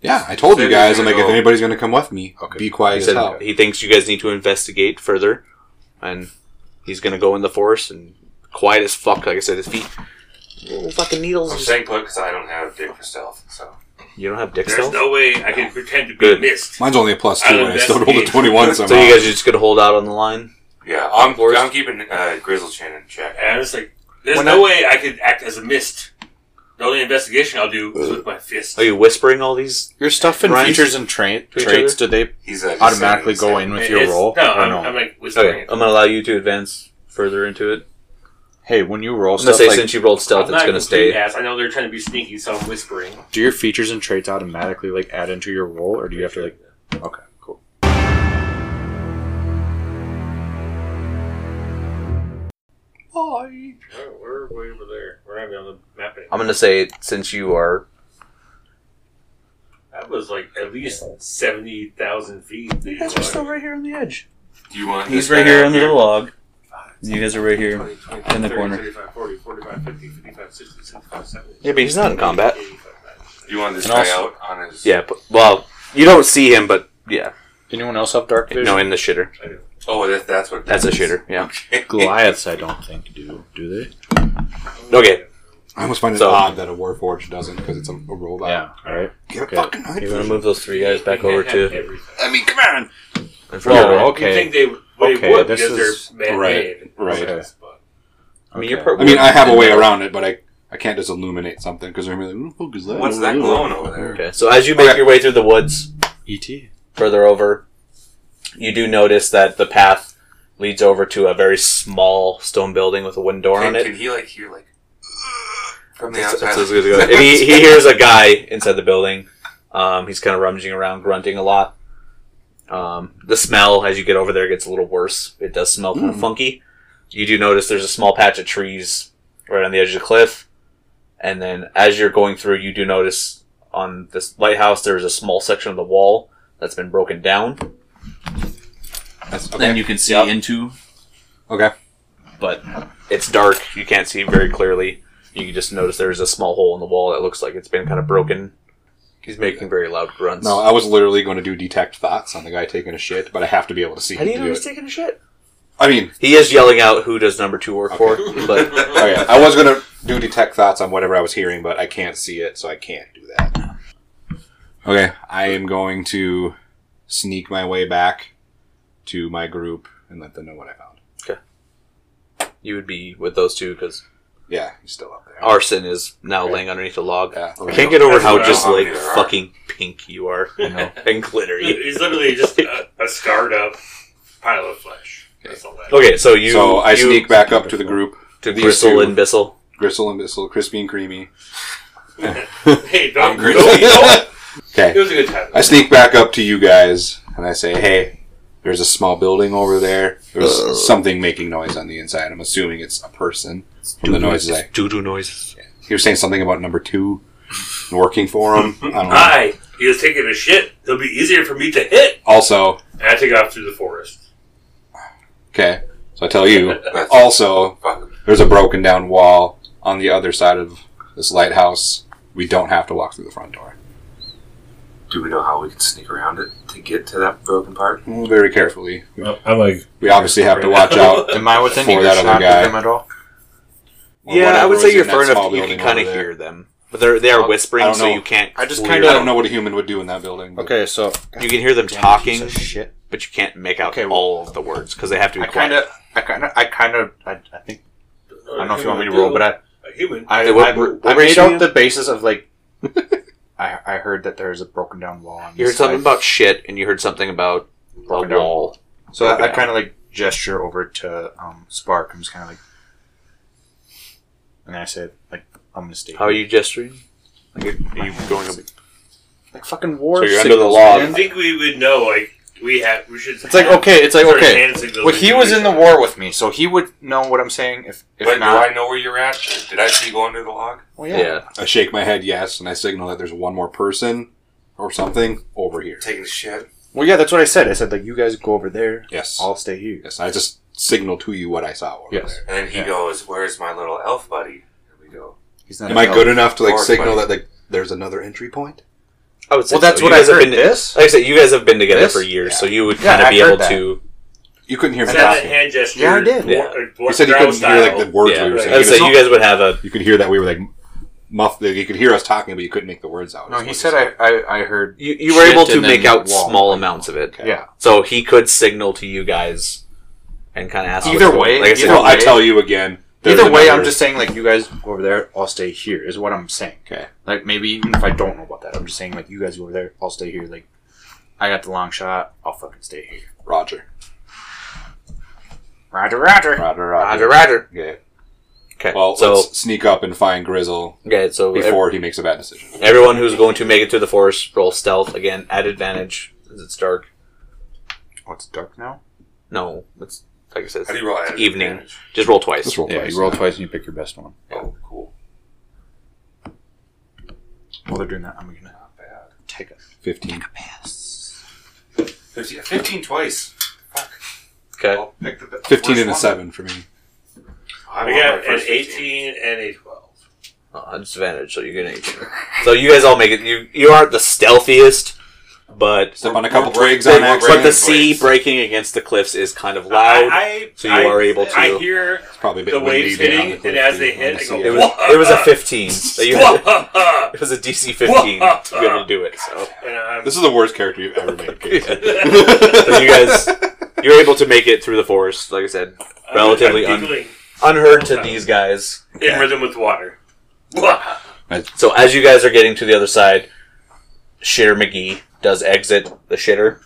Yeah, I told you Say guys. they're I'm like, gonna if go- anybody's going to come with me, Okay. be quiet He as said hell. he thinks you guys need to investigate further, and he's gonna go in the forest and quiet as fuck. Like I said, his feet, little fucking needles. I'm just- saying put because I don't have dick for stealth, so. you don't have dick There's stealth, no way I can pretend to be Oh. Good. missed. Mine's only a plus two, I'll and I still rolled a investigate. 21 somehow. so you guys are just gonna hold out on the line. Yeah, I'm, Worst- I'm keeping uh, Grizzle Chin in check. And it's like, there's When no way I could act as a mist. The only investigation I'll do is with my fist. Are you whispering all these? Your stuff and Ryan? features and tra- each traits, did they He's uh, just automatically saying go the in with It- your it's- roll? No, or I'm, no? I'm like whispering. Okay, I'm gonna allow you to advance further into it. Hey, when you I'm roll gonna stuff, say like, since you rolled stealth, I'm it's not a gonna complete stay. Ass. I know they're trying to be sneaky, so I'm whispering. do your features and traits automatically like add into your roll, or do you have to like? Okay, cool. Oh, we're way over there. We're not on the map anymore. I'm gonna say since you are That was like at least 70,000 feet. You right here on the edge. same. Do you want He's this right guy here out under the log. You guys are right here. 20, 20, In the 30, corner. 35, 40, 45, 50, 55, 60, 65, 70. Yeah, but he's not in combat. Do you want this And guy also- out on his? Yeah, but, well, you don't see him, but yeah, Anyone else have dark vision? no, in the shitter. Oh, that, that's what. That's a shitter. Yeah. Goliaths, I don't think do. Do they? Okay. I almost find it So- odd that a Warforged doesn't because it's a, a robot. Yeah. All right. Get a Okay. fucking night You want to vision. move those three guys back over to? I mean, come on. In front of Whoa, her. You okay. think they, they Okay, would this because is- they're man made. Right. Okay. I mean, you're Okay. pro- I mean, I have a way around it, but I I can't just illuminate something because I'm like, who the fuck is that? What's that glowing over there? Okay, so as you make your way through the woods E.T. further over, you do notice that the path leads over to a very small stone building with a wooden door Can, on it. can he like hear like from the That's- outside? that's as good as it goes. And he, he hears a guy inside the building. Um, he's kind of rummaging around, grunting a lot. Um, the smell, as you get over there, gets a little worse. It does smell kind Hmm. of funky. You do notice there's a small patch of trees right on the edge of the cliff. And then as you're going through, you do notice on this lighthouse there's a small section of the wall that's been broken down. That's, Then okay. you can see Yep. into, okay. but it's dark. You can't see very clearly. You can just notice there's a small hole in the wall that looks like it's been kind of broken. He's making very loud grunts. No, I was literally going to do detect thoughts on the guy taking a shit, but I have to be able to see him to do it. taking a shit? I mean, He is yelling out who does number two work for, but oh yeah, I was going to do detect thoughts on whatever I was hearing, but I can't see it, so I can't do that. Okay, I am going to sneak my way back to my group and let them know what I found. you would be with those two because Yeah, he's still up there. Arson is now Right. laying underneath a log. Yeah. I can't get over That's how what I just don't like have either, huh? fucking pink you are and glittery. He's literally just a, a scarred up pile of flesh. That's all that. Okay, so you so I you, sneak back up to the group, to these Gristle two. and Bissell. gristle and bissel, crispy and creamy. Hey, I'm don't. Grizzle. don't- don't- Okay, It was a good time. I sneak back up to you guys and I say, "Hey, there's a small building over there. There's something making noise on the inside. I'm assuming it's a person." from the noises. I, Doo doo noises. he was saying something about number two and working for him. I don't know. Hi, he was taking a shit. It'll be easier for me to hit. Also, And I take off through the forest. okay, so I tell you. That's Oh. Also, fucking there's a broken down wall on the other side of this lighthouse. We don't have to walk through the front door. Do we know how we can sneak around it to get to that broken part? Very carefully. I'm like, We obviously have to watch out. Am I within For ear that other shot guy. of them at all? Or yeah, I whatever would is say in you're that far small enough you building can kind over of there. hear them, but they're they are don't whispering, so know. you can't. I just clear- I kinda- don't know what a human would do in that building. but- Okay, so You can hear them Damn, talking, piece of shit. but you can't make out Okay, well- all of the words because they have to be I kind quiet. of, I kind of, I kind of, I, I think. I don't know if you want me to roll, but I, a human. I, Okay, what- I, what I made ratio you out have? the basis of like. I, I heard that there's a broken down wall. On You this heard something side. about shit, and you heard something about a Broken down. wall. So I, I broken down. kind of like gesture over to um, Spark. I'm just kind of like, and I said like, I'm gonna stay. How are here. you gesturing? Like, are you going? Up? Like fucking war. So you're under signals, the law. I man. think we would know. Like we have, we should. It's like okay, it's like okay. But But he was in the war with me, so he would know what I'm saying. If if Wait, not, do I know where you're at? Did I see you go under the log? well, Yeah. yeah. I shake my head yes, and I signal that there's one more person or something over here. Taking the shit. Well, yeah, that's what I said. I said like, you guys go over there. Yes. I'll stay here. Yes, I just signal to you what I saw over Yes. there. And then he Yeah. goes, Where's my little elf buddy? And we go, He's not. Am I good enough to like Or signal that buddy. like there's another entry point? I would say Well, that's so. what you I guys heard. have been. This. Like I said, you guys have been together This? for years, Yeah. so you would Yeah, kind of I be heard able that. to. You couldn't hear me Is that a talking. hand gesture? Yeah, I did. War, Yeah. like, You said you Borg couldn't hear style? like the words Yeah, we were I saying. would You, say just- you guys would have a. you could hear that we were like muff. You could hear us talking, but you couldn't make the words out. No, he said I, I. I heard. You, you were Shit able to and then make out wall. small amounts of it, Okay. Yeah. so he could signal to you guys and kind of ask. Either what's going- way, like I either said, Well, I way- tell you again. there's Either way, I'm another- just saying like, you guys go over there. I'll stay here. Is what I'm saying. okay. Like maybe even if I don't know about that, I'm just saying like, you guys go over there. I'll stay here. Like, I got the long shot. I'll fucking stay here. Roger. Roger, Roger. Roger. Roger, Roger. Roger. Okay. Okay, Well, so let's sneak up and find Grizzle okay, so ev- before he makes a bad decision. everyone who's going to make it through the forest, roll stealth again at advantage since it's dark. Oh, it's dark now. No, it's like I said, How do you roll at Evening. advantage? just roll twice. Just roll yeah, twice. you roll twice and you pick your best one. Oh, cool. While they're doing that, I'm gonna Not bad. take a Fifteen. 15, 15 twice. Okay, I'll pick the be- Fifteen worst and a one. seven for me. I I want got my an first 15. 18 and a 12. uh, disadvantage, so you get an eighteen. so you guys all make it. You you aren't the stealthiest, but Step on a We're- couple we're twigs breaking- on we're But accident. the breaking- sea breaking against the cliffs is kind of loud. I, I, so you I- are able to- I hear It's probably a bit the waves windy down hitting, the and cliff as too, they on hit, the I sea go, it edge. was it was a fifteen. So you had to- and it was a DC fifteen to be able to do it. So. I'm This is the worst character you've ever made. Casey. So you guys, you're able to make it through the forest. Like I said, I'm- relatively I'm un- giggling unheard to these guys. in rhythm with water. Whoa. So as you guys are getting to the other side, Shitter McGee does exit the shitter.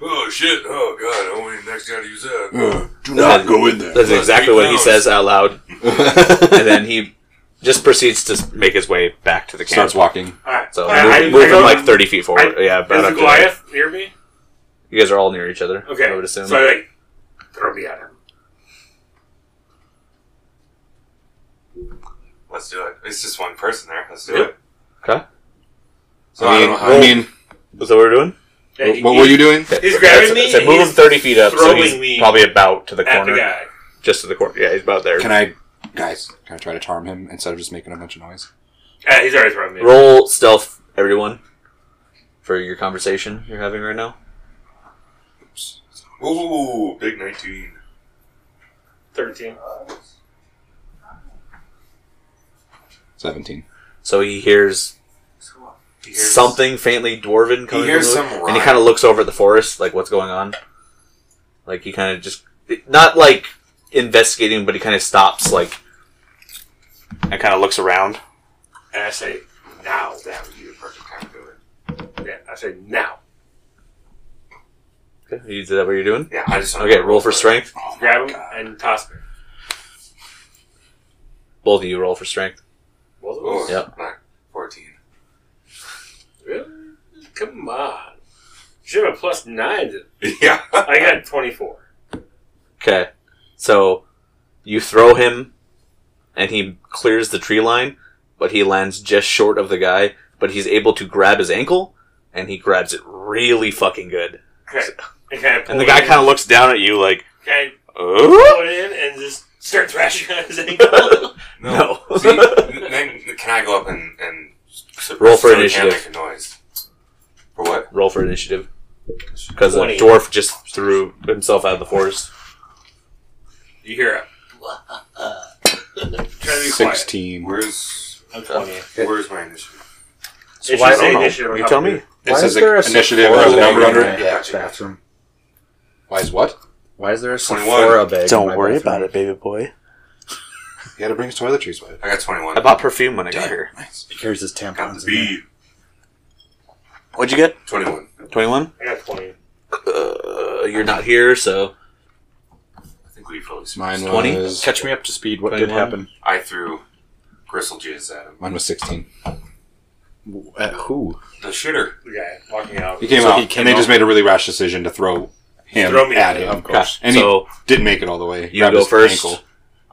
Oh, shit. Oh, God. I only next guy to use that. Uh, do not go in there. That's exactly what he says out loud, and then he just proceeds to make his way back to the camp. Starts walking. Alright. So I- I- move, moving I- like thirty feet forward. I- yeah, Is about the up to, Goliath near me? you guys are all near each other. Okay. I would assume. So I like throw me at him. Let's do it. It's just one person there. Let's do Yeah. it. 'Kay. So I, I don't know mean, how. I mean, Is that what we're doing? Yeah, he- what were you doing? He's grabbing me. So and move him he's thirty feet up, so he's throwing me probably about to the at the corner, guy. just to the corner. Yeah, he's about there. Can I, guys? Can I try to charm him instead of just making a bunch of noise? Yeah, Uh, he's already throwing me. Roll stealth, everyone, for your conversation you're having right now. Ooh, big 19. 13. Seventeen. So he hears He hears- something faintly dwarven coming. He hears from the- some and he rhyme. kind of looks over at the forest, like what's going on. Like he kind of just not like investigating, but he kind of stops, like and kind of looks around. And I say, now. That would be the perfect time to do it. Yeah, I say, now. Okay, is that what you're doing? Yeah, I just don't Okay, know. roll for strength. Grab Oh, him and toss me. Both of you roll for strength. Both of Oh, us? Yep. not 14. Really? Come on. Should have a plus nine. to- yeah. I got 24. Okay, so you throw him and he clears the tree line, but he lands just short of the guy. But he's able to grab his ankle, and he grabs it really fucking good. Okay. And, kind of And the guy kind of looks down at you like, kind of "Oh pull it in and just start thrashing on his ankle. no." See, then can I go up and and suppress Roll for so he can't initiative. Make a noise. For what? Roll for initiative because the 20. dwarf just threw himself out of the forest. you hear it. Try to be quiet. Sixteen. Where's I'm telling you. Where's my initiative? So why- why I don't know. initiative? You tell me. It says initiative. Sephora There's a Oh, number yeah, under yeah. it. Yeah, Gotcha. bathroom. Why is what? Why is there a 21. Sephora bag? in my bathroom? it, baby boy. He had to bring his toiletries with. I got 21. I bought perfume when I got here. He carries his got the tampons. in there. B. What'd you get? 21. Twenty-one. I got 20. Uh, you're not here, so I think we fully suppressed Mine it. twenty. was Catch me up to speed. What did 21? happen? I threw bristle jizz at him. mine was sixteen. At who? The shitter. The guy walking out. He came So out, he came and they out. just made a really rash decision to throw him Throw me at at him. him, Of course, and so he didn't make it all the way. You Grabbed go his first. ankle.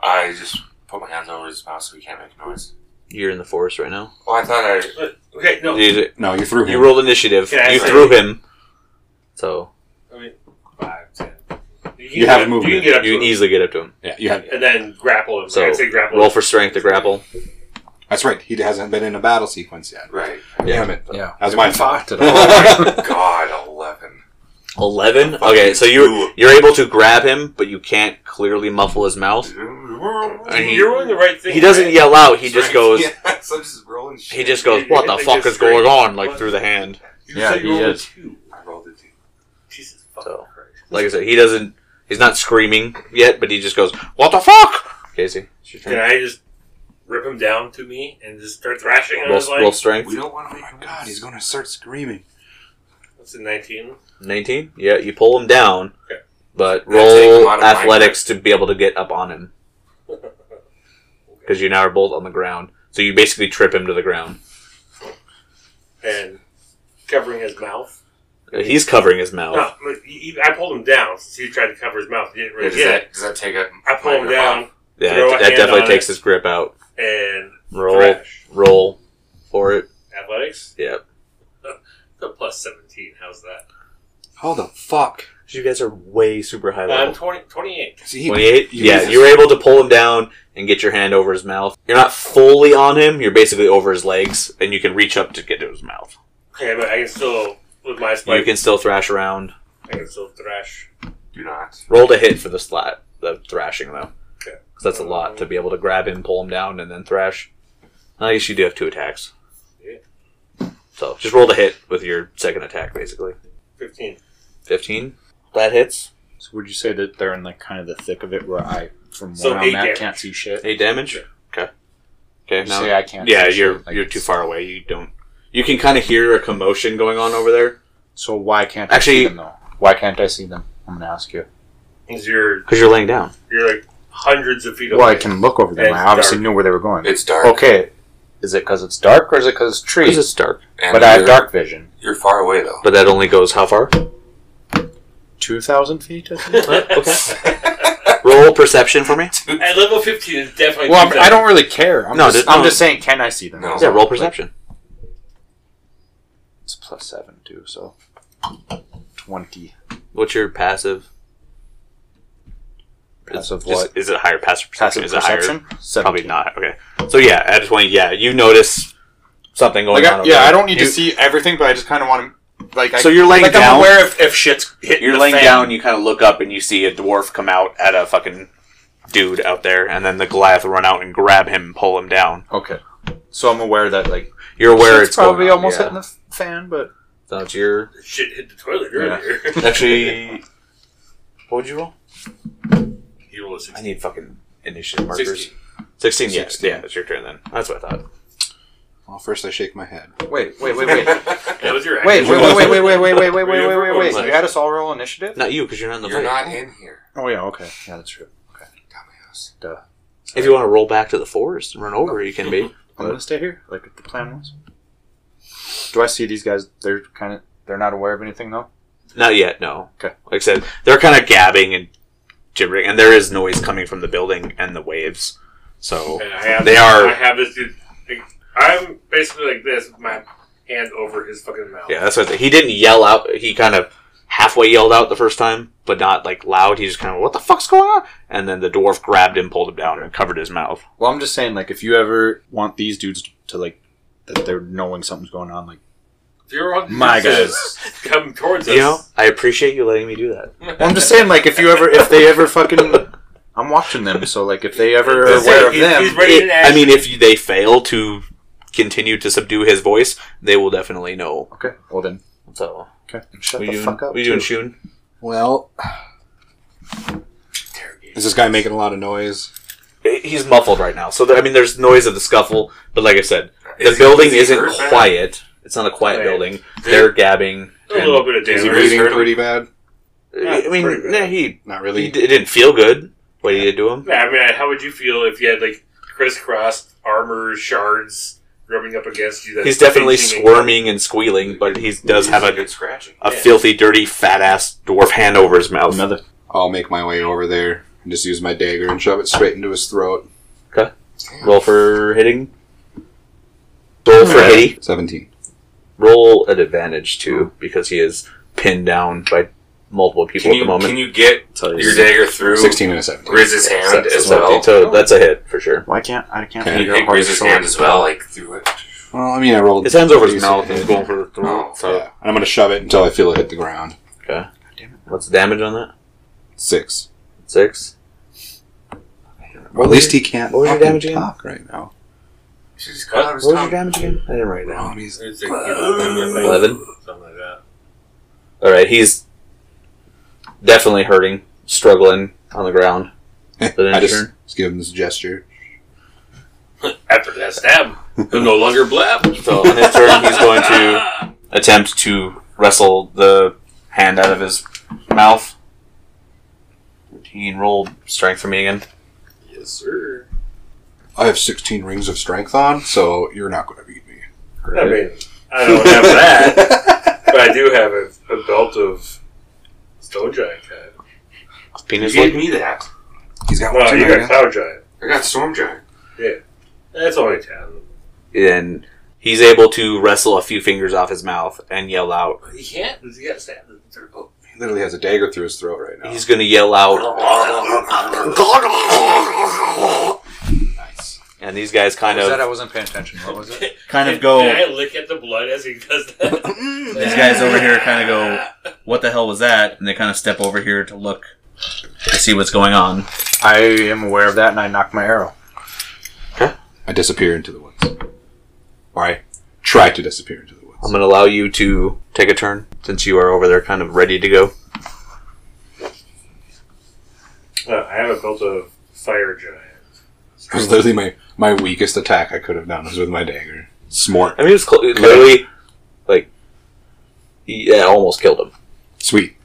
I just put my hands over his mouth so he can't make a noise. you're in the forest right now. Oh, I thought I. Okay, no. You, No, you threw him. you rolled initiative. Yeah, you that's threw him. So I mean, five, ten. You, You have get, You movement. can get up you to can easily get up to him. yeah, you had. him and then grapple him. So, I'd say grapple Roll him. for strength to grapple. That's right. He hasn't been in a battle sequence yet. Right. Damn it. Yeah. That's my fault. Fucked it Oh my god, 11. Eleven. Okay, so you you're able to grab him, but you can't clearly muffle his mouth. And he- You're rolling the right thing. He doesn't yell out. He just Strength. goes. Yeah, so I'm just rolling shit. He just goes. What the He fuck just is going straight- on? Like through the hand. Yeah, you he rolled a is. two. I rolled a two. Jesus fucking So. Christ. Like I said, he doesn't. He's not screaming yet, but he just goes. What the fuck? Casey, it's your Can turn. I just rip him down to me and just start thrashing on Roll, his leg? roll strength. We don't want to make noise. God, he's going to start screaming. That's a 19. Nineteen. Yeah, you pull him down, Okay. but take him roll out of my athletics to be able to get up on him. Because you now are both on the ground, so you basically trip him to the ground. And covering his mouth. He's covering his mouth. No, but he, he- I pulled him down since he tried to cover his mouth. He didn't Yeah, really does, get it. that, does that take up? I pull him my- down Yeah, Throw a that hand definitely on takes it. his grip out. and Roll, thrash. roll for it. Athletics? Yep. The plus 17. How's that? How the fuck? You guys are way super high I'm level. 20, 28. See, he, 28? you Yeah, just- you were able to pull him down and get your hand over his mouth. You're not fully on him, you're basically over his legs, and you can reach up to get to his mouth. Okay, but I can still, with my You spike, can still thrash around. I can still thrash. Do not. Roll to hit for the slat, the thrashing, though. Okay. Because that's a lot to be able to grab him, pull him down, and then thrash. I guess you do have two attacks. Yeah. So just roll to hit with your second attack, basically. 15. 15. That hits. So would you say that they're in like kind of the thick of it where I, from So where I'm eight at, damage. can't see shit? Eight damage. Okay. Okay. You now- say I can't. yeah, see you're shit, like, you're too far away. You don't. You can kind of hear a commotion going on over there So why can't I Actually- see them though? Why can't I see them? I'm gonna ask you. Is your because you're laying down. You're like hundreds of feet away. Well, I can look over them. And I it's obviously dark. knew where they were going. It's dark. okay, is it because it's dark or is it because it's trees? Because it's dark. And but I have you're- dark vision. You're far away, though. But that only goes how far? Two thousand feet. I think? okay. Roll perception for me. At level 15 is definitely. well, I'm, I do not really care. I'm, No, just, there's I'm no- just saying, can I see them? No. Yeah, roll perception. It's plus seven too, so twenty. What's your passive? Passive Just- what? Is it higher? Passive perception. Passive is it higher? perception. Probably 17. not. Okay. So yeah, at twenty, yeah, you notice something going Like, on. I, over yeah, there. I don't need You- to see everything, but I just kind of want to, like, I, So you're laying Like down. I'm aware if, if shit's hitting You're the laying fan. down, you kind of look up, and you see a dwarf come out at a fucking dude out there, and then the Goliath run out and grab him and pull him down. Okay, so I'm aware that like You're aware shit's it's probably going on, almost yeah. hitting the f- fan, but So it's your Shit hit the toilet Yeah. earlier. actually. What would you roll? you rolled a 16. I need fucking initiative markers. 16, 16. Sixteen. yeah, 16. yeah, it's your turn then. That's what I thought. well, first I shake my head. wait, wait, wait, wait, That was your wait, wait, action. wait, wait, wait, wait, wait, wait, wait, wait, wait, wait. Like, You had us all roll initiative. Not you, because you're not in the You're fight. not in here. Oh yeah, okay, yeah, that's true. Dumbass. If you want to roll back to the forest and run over, you can be. I'm gonna stay here, like the plan was. Do I see these guys? They're kind of they're not aware of anything though. Not yet, no. Okay. Like I said, they're kind of gabbing and gibbering, and there is noise coming from the building and the waves. So And I have They are- I have this dude. Like, I'm basically like this, with my hand over his fucking mouth. Yeah, that's what I said. He didn't yell out. He kind of halfway yelled out the first time, but not like loud. He just kind of, what the fuck's going on? And then the dwarf grabbed him, pulled him down, and covered his mouth. Well, I'm just saying, like, if you ever want these dudes to like that they're knowing something's going on, like, If you're on My come towards us. You know, I appreciate you letting me do that. well, I'm just saying, like, if you ever, if they ever fucking, I'm watching them, so like, if they ever are That's aware it. of He's- he's them, ready It- to I act. mean, if you- they fail to continue to subdue his voice, they will definitely know. okay, well then, So, okay, and shut we the doing, fuck up. we too. doing Shun? well, is this guy making a lot of noise? He's muffled right now. So, there- I mean, there's noise of the scuffle, but like I said, the Is he- building is he isn't hurt bad? quiet. It's not a quiet Wait. building. They're gabbing. a little bit of Is Is he there damage. bleeding hurting? pretty bad? I pretty mean, bad. nah, he, Not he really. d- it didn't feel good what he did to him. Yeah, I mean, how would you feel if you had like crisscrossed armor shards rubbing up against you? That's He's definitely pinching- squirming and squealing, but he does have a, good scratching. a filthy, dirty, fat ass dwarf hand over his mouth. Another I'll make my way over there and just use my dagger and shove it straight into his throat. Roll for hitting. Roll for hitting. Seventeen. Roll at advantage too, because he is pinned down by multiple people Can at the you, moment. can you get tell your you. dagger through Sixteen and a seventeen. Grizz's hand That's as a well? 17, So that's a hit for sure. Why can't I can't Can Okay. think you of hit hard Grizz's hand sword. as well, like through it? Well, I mean, I rolled. His hands over his decent. mouth and he's going for the throat. Oh, Yeah, and I'm gonna shove it until I feel it hit the ground. What's the damage on that? Six. Six. Well, at least he can't what was your fucking damage again? talk right now. she just cut out his What was your tongue. damage again? I didn't write it down. Um, he's- It's like, Eleven, Oh. Eleven? something like that. All right, he's definitely hurting, struggling on the ground. But then I his just, turn. just give him this gesture. After that stab, he'll no longer blab. So on his turn, he's going to attempt to wrestle the hand out of his mouth. Thirteen rolled strength for me again. Yes, sir. I have sixteen rings of strength on, so you're not gonna beat me. I mean, I don't have that, but I do have a, a belt of stone giant. hat. You Penis gave like me that. He's got one Well, too, you right got now. cloud giant. I got storm giant. That's only ten. and he's able to wrestle a few fingers off his mouth and yell out. But he can't. 'cause He got stabbed in the throat. He literally has a dagger through his throat right now. He's gonna yell out, nice. and these guys kind What was that? I of wasn't paying attention. What was it? Kind Can- of go. Can I lick at the blood as he does that? These guys over here kind of go, "What the hell was that?" And they kind of step over here to look to see what's going on. I am aware of that, and I knocked my arrow. I disappear into the woods. Or I try to disappear into the woods. I'm going to allow you to take a turn since you are over there kind of ready to go. No, I have a belt of fire giant. It was literally my, my weakest attack I could have done was with my dagger. Smart. I mean, it was cl- literally like, yeah, almost killed him. Sweet.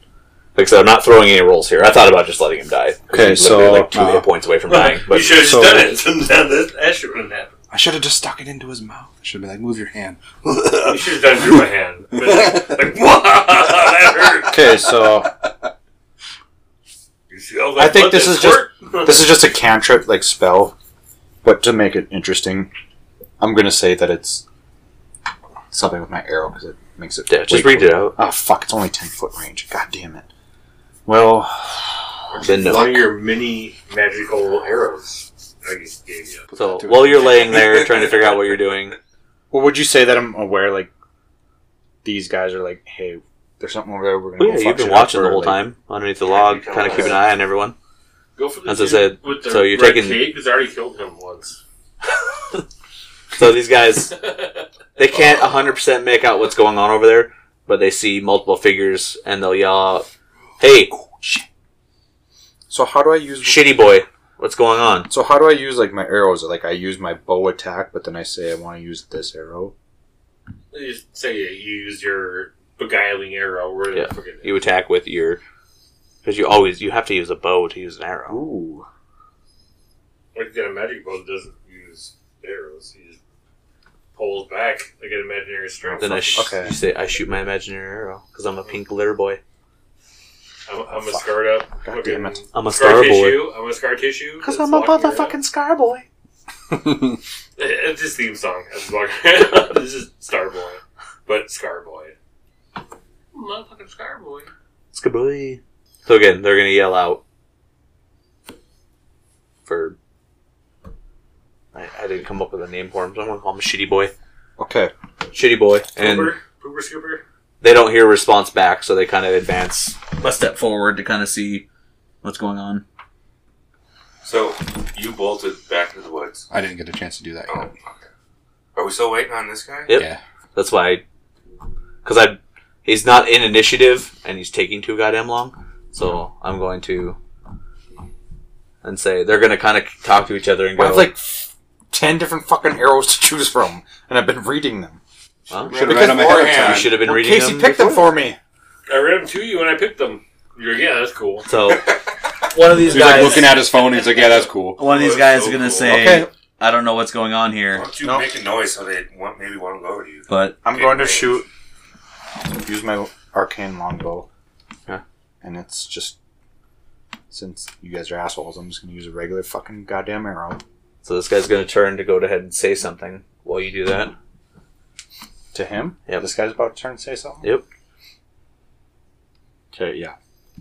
Like, so I'm not throwing any rolls here. I thought about just letting him die. 'Cause Okay, he's literally, so, like two uh, hit points away from dying. But you should have so- just done it. that, that shit wouldn't happen. I should have just stuck it into his mouth. I should have been like, move your hand. You should have done it through my hand. But like, like, whoa, that hurt. Okay, so You see all I that think blood this that is just- squirt? this is just a cantrip like spell, but to make it interesting, I'm gonna say that it's something with my arrow because it makes it. yeah, just way read it out. Oh fuck! It's only ten foot range. God damn it. Well, Then no. One of your mini magical arrows I just gave you. So while you're laying there trying to figure out what you're doing, well, would you say that I'm aware? Like these guys are like, hey, there's something over there. We're gonna. well, Oh, yeah, go you've fuck been shit watching up," the or, whole like- time underneath the log, Yeah, kind of because- keep an eye on everyone. Go for the As I dude said, with the so you're red taking- cape, 'cause I already killed him once. So these guys, they can't 100% make out what's going on over there, but they see multiple figures and they'll yell out, Hey, So how do I use? shitty boy, what's going on? So how do I use like my arrows? Like I use my bow attack, but then I say I want to use this arrow. You just say you use your beguiling arrow. Where Yeah. the fuck it is. You attack with your. Because you always you have to use a bow to use an arrow. Ooh. Like that magic bow doesn't use arrows. He just pulls back like an imaginary string. Then I sh- Okay. you say I shoot my imaginary arrow because I'm a pink litter boy. I'm, I'm a scarred up. God damn it. I'm a Scar star boy tissue. I'm a scar tissue. because that's I'm a locking it up. motherfucking scar boy. It- It's his theme song. As long this is Starboy, but Scarboy. Motherfucking Scarboy. Skaboy. So again, they're gonna yell out for. I, I didn't come up with a name for him, so I'm gonna call him Shitty Boy. Okay. Shitty Boy, and Pooper, Pooper Scooper. they don't hear a response back, so they kind of advance. Let's step forward to kind of see what's going on. So you bolted back to the woods. I didn't get a chance to do that. Oh, Yet. okay. Are we still waiting on this guy? Yep. Yeah. That's why, because I, he's not in initiative, and he's taking too goddamn long. So I'm going to, and say they're gonna kind of talk to each other and I go have like ten different fucking arrows to choose from, and I've been reading them. well, Should have read them ahead of you time. should have been Well, reading Casey them picked them before." for me. I read them to you and I picked them. You're like, yeah, that's cool. So one of these He's like guys, looking at his phone. He's like, "Yeah, that's cool." One of these Oh, guys so is gonna cool. say, "I don't know what's going on Why here," don't you No. make a noise so they want, maybe want to go over to you? but I'm Okay, going to great. shoot. Use my arcane longbow. Yeah. And it's just. Since you guys are assholes, I'm just going to use a regular fucking goddamn arrow so this guy's gonna turn to go ahead and say something while you do that. to him. Yep. This guy's about to turn and say something. Yep. Okay, yeah.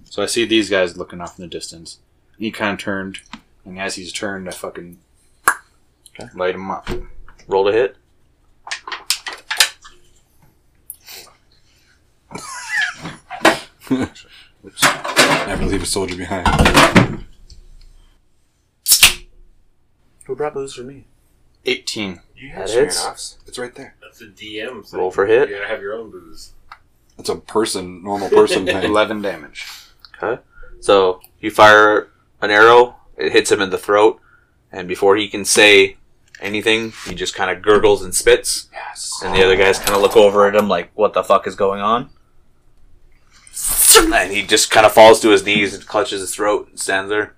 So I see these guys looking off in the distance. He kind of turned, and as he's turned, I fucking light him up. Roll to hit. Never leave a soldier behind. Who brought booze for me? Eighteen. You That had hits. Smirnoffs. It's right there. That's a DM. Thing. Roll for hit. You gotta have your own booze. It's a person, normal person thing. Eleven damage. So you fire an arrow, it hits him in the throat, and before he can say anything, he just kind of gurgles and spits. Yes. And the other guys kind of look over at him like, what the fuck is going on? And he just kind of falls to his knees and clutches his throat and stands there.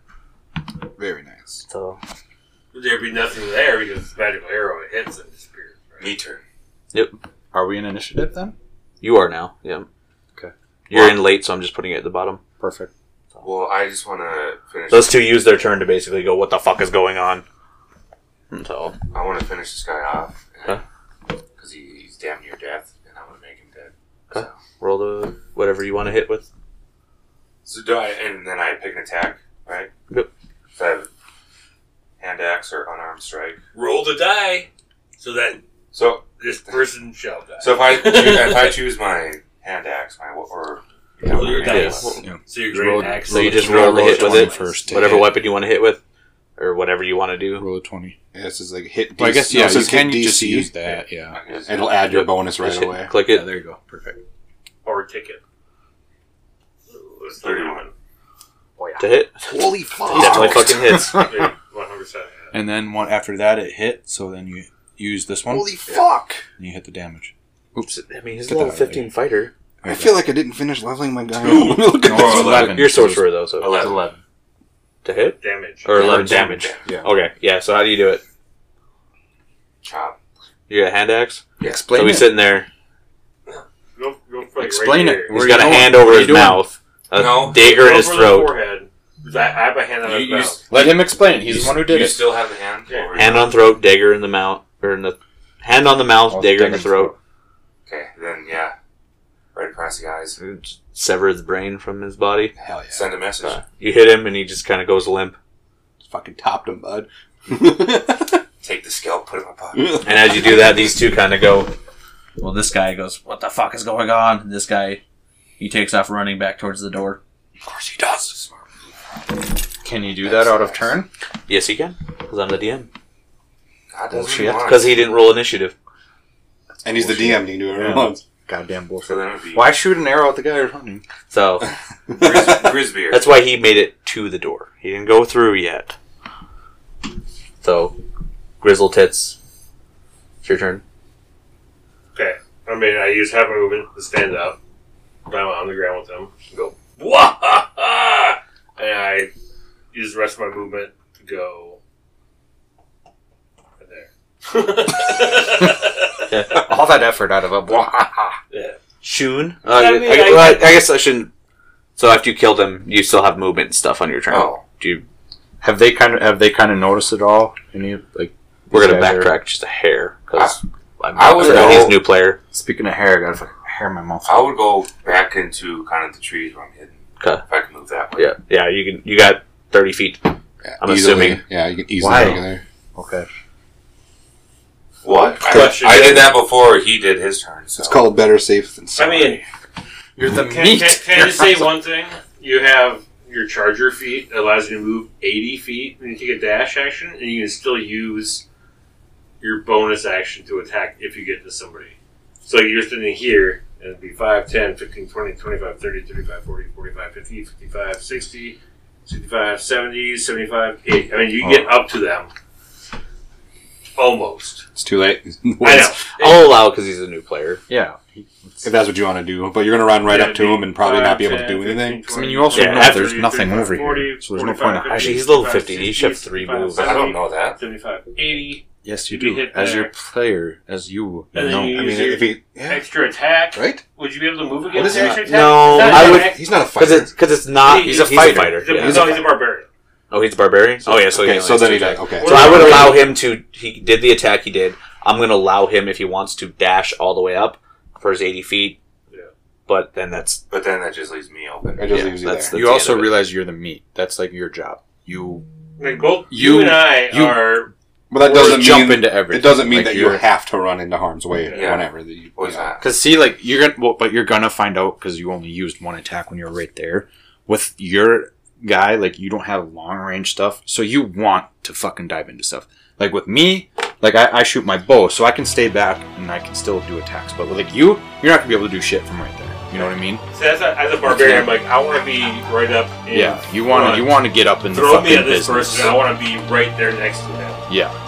Very nice. So, There'd be nothing there because it's a magical arrow. It hits and disappears. Right? Me turn. Are we in initiative then? you are now. Yeah. Okay. You're in late, so I'm just putting it at the bottom. Perfect. Well, I just want to finish. Those two use their turn to basically go, what the fuck is going on? And So, I want to finish this guy off Huh? because he, he's damn near death, and I want to make him dead. Okay. roll the whatever you want to hit with. So do I, and then I pick an attack, right? Yep. So I have hand axe or unarmed strike. Roll the die, so that So, this person shall die. so if I choo- if I choose my hand axe, my wa- or roll your dice. Yes. So your Just great roll- axe. So you just roll roll the a hit with 20 it. first to Whatever hit. weapon you want to hit with, or whatever you want to do. Roll a twenty. Yeah, it's just like hit. DC. Well, I guess yeah. it So says can hit you just DC. use that? Yeah. Okay, so- It'll add your Yep. bonus Just right hit- away. Click it. there you go. Perfect. or ticket. It's 31. to hit. Holy fuck! Definitely fucking hits. One hundred percent. And then one after that, it hit. So then you use this one. Holy fuck! and you hit the damage. Oops. I mean, he's Get a level that out of 15 fighter. I feel like I didn't finish leveling my guy. Two. Let me look at No, this. it's eleven. You're a sorcerer, though, so. Eleven. To hit? Damage. Or 11 Damage. damage. Yeah. Okay, yeah, so how do you do it? Chop. You got a hand axe? Explain so it. he's sitting there. Go, go for like Explain right it. here. Where He's are got a you going? hand What over are his you doing? mouth, a No. dagger in his Over the throat, forehead. 'Cause I, I have a hand on You- his you mouth. s- Let him explain. it. He's the one who did you it. still have the hand? Yeah. Over your hand on throat, dagger in the mouth, or in the hand on the mouth, Oh, dagger in the dagger's throat. Okay, then yeah, right across the eyes. Sever his brain from his body. Hell yeah! Send a message. You hit him, and he just kind of goes limp. Fucking topped him, bud. Take the scalp, put it in my pocket. And as you do that, these two kind of go. well, this guy goes, "What the fuck is going on?" And this guy, he takes off running back towards the door. Of course he does. Can you do that out of turn? Yes, he can. Because I'm the DM. God Oh, does shit. Because he didn't roll initiative. and he's the DM. He can do whatever he Yeah. wants. Goddamn So bullshit. then it would be Why shoot an arrow at the guy you're hunting? So Gris- Grisbeard. That's why he made it to the door. He didn't go through yet. So, Grizzle Tits, it's your turn. I mean, I use half my movement to stand up. But I'm on the ground with him. and Go, Wah-ha-ha! And I use the rest of my movement to go right there. All that effort out of a blah. yeah. Soon. Uh, I I, mean, I- I- well, I, I guess I shouldn't. So after you kill them, you still have movement and stuff on your turn. Oh. Do you, Have they kind of have they kind of noticed at all? Any like We're gonna guys are- backtrack just a hair because I'm I would forgot he's go- a new player. Speaking of hair, I got a fucking hair in my mouth. I would go back into kind of the trees where I'm hidden. 'Kay. If I can move that way. Yeah, yeah. You can. You got thirty feet. Yeah, I'm easily. assuming. Yeah, you can easily Why? make it there. Okay. What? I, Question. I did that before he did his turn. So. It's called better safe than sorry. I mean, You're the Can, can, can I just say one thing? You have your charger feet that allows you to move 80 feet when you take a dash action, and you can still use your bonus action to attack if you get to somebody. So you're standing here, and it'd be 5, 10, 15, 20, 25, 30, 35, 40, 45, 50, 55, 60, 65, 70, 75, 80. I mean, you can get up to them. Almost. It's too late. I know. I'll allow because he's a new player. Yeah. If that's what you want to do, but you're going to run right Yeah, up to him and probably not be able to do anything. I mean, you also Yeah, know there's nothing over here, so there's no point in Actually, he's level 50. He should have three moves. I don't know that. 75, 80, Yes, you You'd be do. hit As As there. your your player, as you. and then No, you I use mean, your if he yeah, extra attack. right, Would you be able to move Well, this against the is extra not- no, attack? Is that I an would- attack? he's not a Because fighter. it's because it's not. He- He's, a fight fighter. He's a, yeah. no, he's a barbarian. oh, he's a barbarian. Oh yeah. So okay, he so then he died. Okay, So I would allow him to. He did the attack. He did. I'm going to allow him if he wants to dash all the way up for his 80 feet. Yeah. But then that's But then that just leaves me open. it just yeah, leaves you that's there. the you end also of it. realize you're the meat. That's like your job. You Like both you, You- and I you- are. But that just doesn't jump mean into everything. it doesn't mean Like, that you you're- have to run into harm's way Yeah. whenever that you. What's yeah. that? Cause see, like you're gonna, well, but you're gonna find out because you only used one attack when you're right there with your guy. Like you don't have long range stuff, so you want to fucking dive into stuff. Like with me, like I, I shoot my bow, so I can stay back and I can still do attacks. But with like you, you're not gonna be able to do shit from right there. You know what I mean? See, as, a, as a barbarian, I'm like I want to be right up. In, Yeah. You want to, you want to get up and Throw me at this business. person. I want to be right there next to them. Yeah.